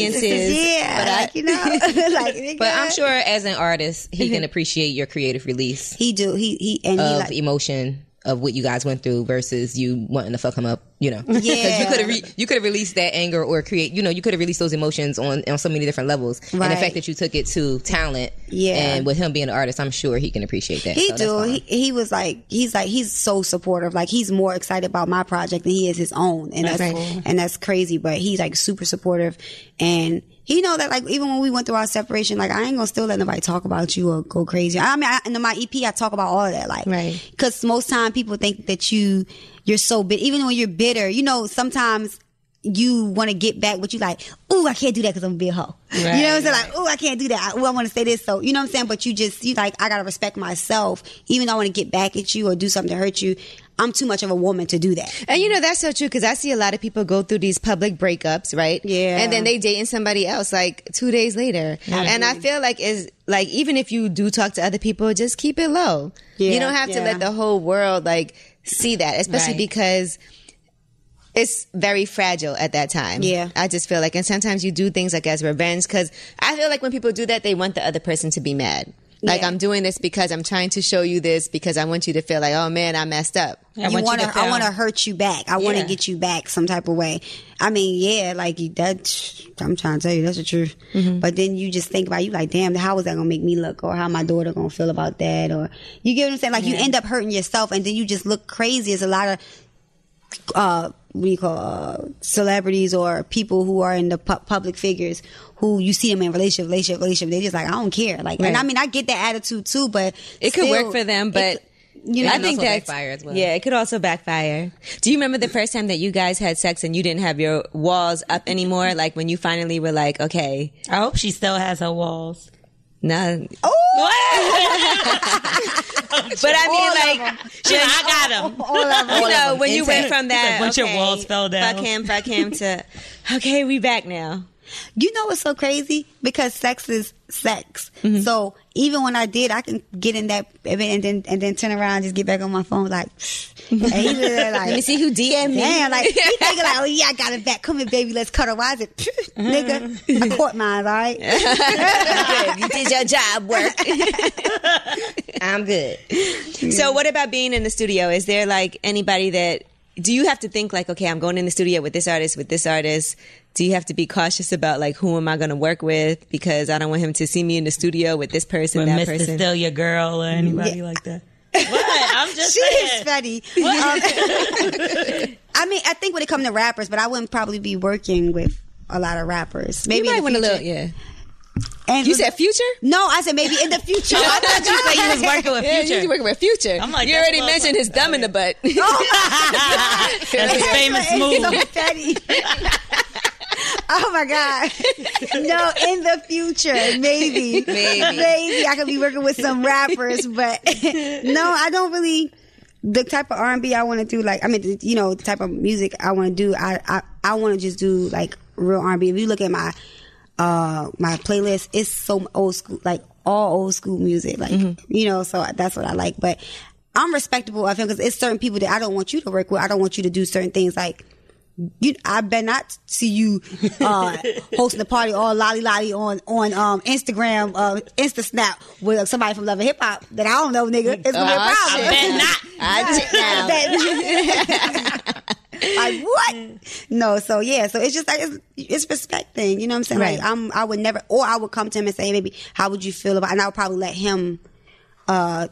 S1: experiences.
S3: yeah, like you know, like nigga.
S5: But I'm sure as an artist, he can appreciate your creative release
S3: he do he he and Mm-hmm. he
S5: of
S3: like
S5: emotion of what you guys went through versus you wanting to fuck him up. You know, because you
S3: Yeah.
S5: could have re- you could have released that anger or create. You know, you could have released those emotions on on so many different levels. And the
S3: Right.
S5: fact that you took it to talent,
S3: Yeah.
S5: and with him being an artist, I'm sure he can appreciate that.
S3: He
S5: So that's
S3: do.
S5: fine.
S3: He, he was like he's like he's so supportive. Like he's more excited about my project than he is his own, and that's, and that's crazy. But he's like super supportive, and he know that like even when we went through our separation, like I ain't gonna still let nobody talk about you or go crazy. I mean, I, in my EP, I talk about all of that, like
S1: Right.
S3: Because most time people think that you you're so bit. Even when you're bitter, you know sometimes. You want to get back, but you like, ooh, I can't do that because I'm gonna be a hoe. you know what I'm saying? Like, ooh, I can't do that. I, ooh, I want to say this. So, you know what I'm saying? But you just, you like, I gotta respect myself, even though I want to get back at you or do something to hurt you. I'm too much of a woman to do that.
S1: And you know that's so true because I see a lot of people go through these public breakups, right?
S3: Yeah.
S1: and then they dating somebody else like two days later, and I feel like is like even if you do talk to other people, just keep it low.
S3: Yeah,
S1: you don't have to
S3: yeah.
S1: let the whole world like see that, especially
S4: Right.
S1: because it's very fragile at that time.
S3: Yeah.
S1: I just feel like, and sometimes you do things like as revenge because I feel like when people do that, they want the other person to be mad. Like
S3: Yeah.
S1: I'm doing this because I'm trying to show you this because I want you to feel like, oh man, I messed up.
S4: I
S3: you
S4: want you
S3: want
S4: to
S3: to, I
S4: feel-
S3: want to hurt you back. I want to
S4: Yeah.
S3: get you back some type of way. I mean, yeah, like you- that. I'm trying to tell you that's the truth.
S1: Mm-hmm.
S3: But then you just think about it, you like, damn, how is that gonna make me look, or how my daughter gonna feel about that, or you get what I'm saying? Like you end up hurting yourself, and then you just look crazy. It's a lot of uh, what do you call uh, celebrities or people who are in the pu- public figures who you see them in relationship, relationship, relationship. They just like, I don't care. Like, and I mean, I get that attitude too, but
S1: It could
S3: still-
S1: work for them,
S3: it
S1: but
S3: you know,
S1: I
S3: it
S1: think
S5: also
S1: that's
S5: backfire as well.
S1: yeah, it could also backfire. Do you remember the first time that you guys had sex and you didn't have your walls up anymore? Like when you finally were like, okay,
S4: I hope she still has her walls.
S1: no.
S3: Oh,
S4: but I mean, like, yeah, I got them.
S1: you know, when you went from that,
S4: He said, "Once your
S1: okay,
S4: walls fell down."
S1: fuck him, fuck him, to okay, we back now.
S3: You know what's so crazy? Because sex is sex. So even when I did, I can get in that event and then and then turn around and just get back on my phone like, and he was there like,
S1: Let me see who DM me.
S3: Damn, like he thinking like, oh yeah, I got it back. Come here, baby, let's cut her. Why is it, nigga? I caught mine, all right.
S1: Good. You did your job work.
S5: I'm good.
S1: So what about being in the studio? Is there like anybody that do you have to think like, okay, I'm going in the studio with this artist, with this artist? Do you have to be cautious about like who am I going to work with because I don't want him to see me in the studio with this person,
S4: But
S1: that
S4: Mr.
S1: person?
S4: Still your girl or anybody like that. What? I'm just
S3: She is funny.
S4: saying.
S3: Um, I mean, I think when it comes to rappers, but I wouldn't probably be working with a lot of rappers. Maybe
S1: you might
S3: in
S1: want
S3: the
S1: a
S3: future.
S1: little, yeah.
S3: And-
S1: You said future.
S3: no. I said maybe in the future.
S4: I thought you said you was working with
S1: Yeah,
S4: Future.
S1: you're working with Future.
S4: I'm like,
S1: you
S4: that's
S1: already
S4: what I was
S1: mentioned his thumb in the butt.
S4: That's his famous move.
S3: So petty. Oh my God. No, in the future, maybe. Maybe. I could be working with some rappers, but no, I don't really the type of R&B I want to do like I mean the- you know the type of music I want to do I I, I want to just do like real R&B. If you look at my uh my playlist, it's so old school like all old school music like you know so that's what I like but I'm respectable of him because it's certain people that I don't want you to work with. I don't want you to do certain things like You, I bet not see you uh, hosting a party all lolly lolly on on um, Instagram, uh, Insta Snap with somebody from Love and Hip Hop that I don't know, nigga. It's gonna be a
S6: Oh,
S3: problem.
S6: shit. I check now.
S3: like what? No, so yeah, so it's just like it's, it's respecting. You know what I'm saying? Like I'm, I would never, or I would come to him and say, hey, baby, how would you feel about? And I would probably let him uh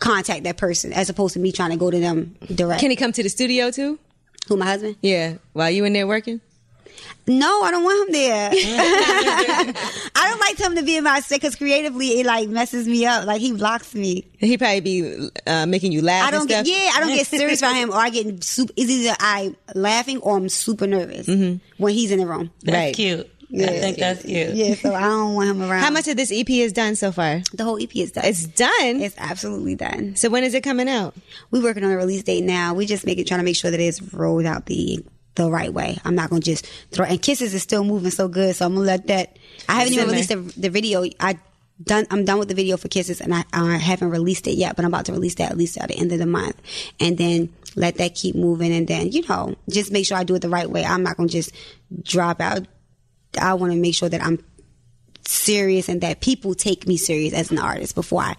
S3: contact that person as opposed to me trying to go to them direct.
S13: Can he come to the studio too?
S3: Who my husband?
S13: Yeah, while you in there working.
S3: No, I don't want him there. I don't like him to be in my space because creatively it like messes me up. Like he blocks me.
S13: He probably be uh, making you laugh.
S3: I
S13: and
S3: don't get
S13: stuff.
S3: yeah, I don't get serious about him or I get super. It's either I laughing or I'm super nervous when he's in the room.
S4: That's
S13: Mm-hmm. Right.
S4: cute. I think that's cute.
S3: Yeah, so I don't want him around.
S13: How much of this EP is done so far?
S3: The whole EP is done.
S13: It's done.
S3: It's absolutely done.
S13: so when is it coming out?
S3: We're working on a release date now. We just making trying to make sure that it's rolled out the the right way. I'm not gonna just throw. And Kisses is still moving so good, so I'm gonna let that. I haven't even released the, the video. I done. I'm done with the video for Kisses, and I, I haven't released it yet. But I'm about to release that at least at the end of the month, and then let that keep moving. And then you know, just make sure I do it the right way. I'm not gonna just drop out. I want to make sure that I'm serious and that people take me serious as an artist before I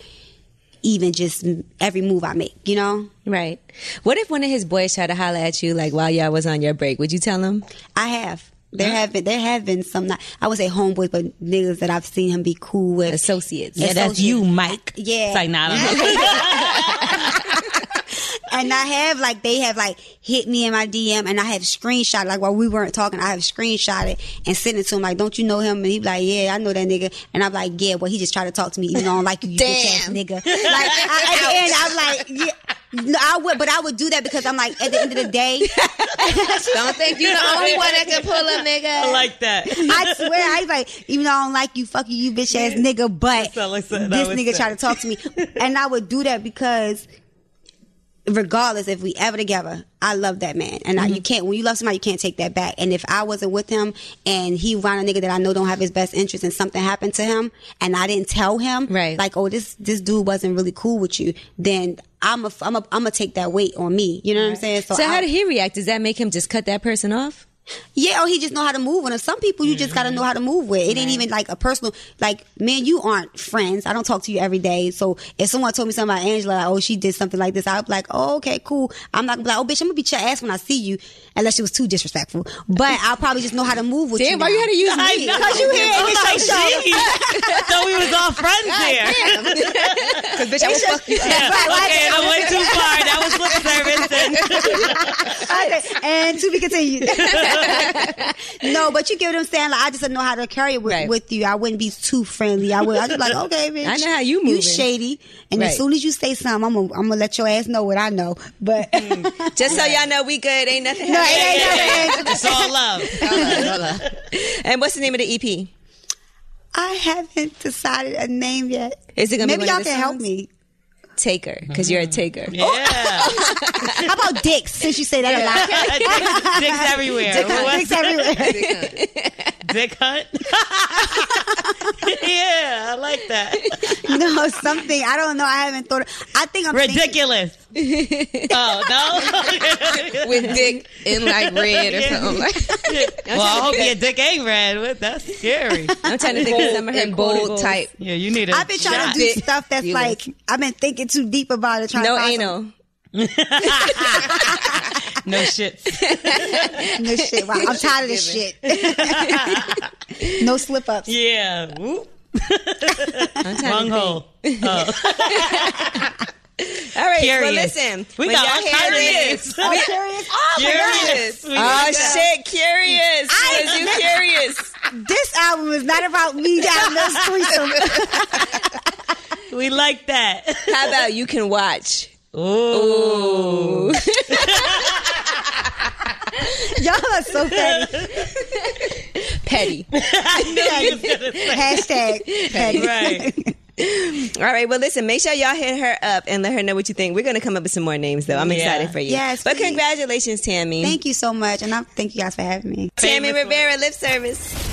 S3: even just every move I make. You know.
S13: Right. What if one of his boys tried to holler at you like while y'all was on your break? Would you tell him?
S3: I have. There have been there have been some not I would say homeboys, but niggas that I've seen him be cool with.
S13: Associates.
S4: Yeah, that's you, Mike.
S3: Yeah.
S4: It's like, nah, I don't know.
S3: and I have like they have like hit me in my DM and I have screenshot like while we weren't talking, I have screenshot it and sent it to him like, Don't you know him? And he be like, Yeah, I know that nigga and I'm like, Yeah, well he just tried to talk to me even though I don't like you, you bitch ass nigga. Like I, at the end I'm like, Yeah no, I would but I would do that because I'm like at the end of the day
S5: Don't think you the only one that can pull up, nigga.
S4: like that.
S3: I swear, I was like, even though I don't like you, fuck you, you bitch ass nigga, but
S4: sound like something
S3: this
S4: I would
S3: nigga
S4: say.
S3: tried to talk to me. And I would do that because regardless if we ever together, I love that man. And I,
S13: Mm-hmm.
S3: you can't, when you love somebody, you can't take that back. And if I wasn't with him and he found a nigga that I know don't have his best interest and something happened to him and I didn't tell him,
S13: Right.
S3: like, oh, this, this dude wasn't really cool with you, then I'm a, I'm a, I'm gonna take that weight on me. You know what I'm saying?
S13: So
S3: I-
S13: how did he react? Does that make him just cut that person off?
S3: yeah, or he just know how to move with him. Some people you just gotta know how to move with. It ain't even like a personal like me and you aren't friends. I don't talk to you every day. So if someone told me something about Angela, like, oh she did something like this, I'd be like, oh, okay, cool. I'm not gonna be like, oh bitch, I'm gonna beat your ass when I see you, unless she was too disrespectful. But I'll probably just know how to move with you.
S13: Damn, why you had to use me?
S3: Because you here in the show.
S4: so we was all friends there.
S5: Bitch, I will fuck you.
S3: Right, right.
S4: okay, I went too far. That was lip service.
S3: Okay, and to be continued. no, but you get what I'm saying. Like I just don't know how to carry it with,
S13: Right.
S3: with you. I wouldn't be too friendly. I would. I just like okay, bitch.
S13: I know how you
S3: You
S13: moving.
S3: shady, and
S13: Right.
S3: as soon as you say something, I'm gonna I'm gonna let your ass know what I know. But
S13: Mm.
S3: no, it
S13: Just so y'all know, we good. Ain't nothing.
S3: ain't nothing.
S4: It's all love.
S13: And what's the name of the E EP?
S3: I haven't decided a name yet.
S13: Is it gonna be
S3: Maybe
S13: one of
S3: y'all
S13: the
S3: can help
S13: songs?
S3: me.
S13: Taker, because you're a taker.
S4: Oh, Yeah.
S3: How about dicks? Since you say that a lot.
S4: dicks, dicks everywhere. Dick
S3: Dicks everywhere.
S4: Dick hunt. yeah, I like that.
S3: no, something. I don't know. I haven't thought. I think I'm thinking-
S4: Ridiculous. oh no.
S5: With dick in like red or something like
S4: well, I hope your dick ain't red. What- That's scary.
S13: I'm trying to think of some of her
S5: in bold
S13: quotables.
S5: type.
S4: Yeah, you need a
S3: I've been trying
S4: shot.
S3: to do stuff that's like I've been thinking too deep about it. Trying
S13: No
S3: to find
S13: anal.
S4: no shit.
S3: some new shit. Wow, I'm tired of this shit. no slip ups.
S4: Yeah. Whoop. Wrong hole.
S13: All right. Well,
S4: Curious.
S13: listen.
S4: We
S13: when
S4: got
S13: y'all
S4: all kinds of
S13: hear
S4: names.
S3: Oh, serious? Oh my
S4: Curious. We
S13: Oh
S4: like that.
S13: shit, curious. Was you curious?
S3: god, this album is not about me having no threesome.
S4: We like that.
S13: How about you can watch?
S4: Ooh.
S3: Y'all are so petty.
S13: Petty.
S3: Hashtag petty.
S4: Right.
S13: All right. Well, listen. Make sure y'all hit her up and let her know what you think. We're gonna come up with some more names, though. I'm
S4: Yeah.
S13: excited for you.
S3: Yes,
S13: But
S3: please.
S13: congratulations, Tammy.
S3: Thank you so much, and I thank you guys for having me.
S13: Tammy
S4: Famous
S13: Rivera, lip service.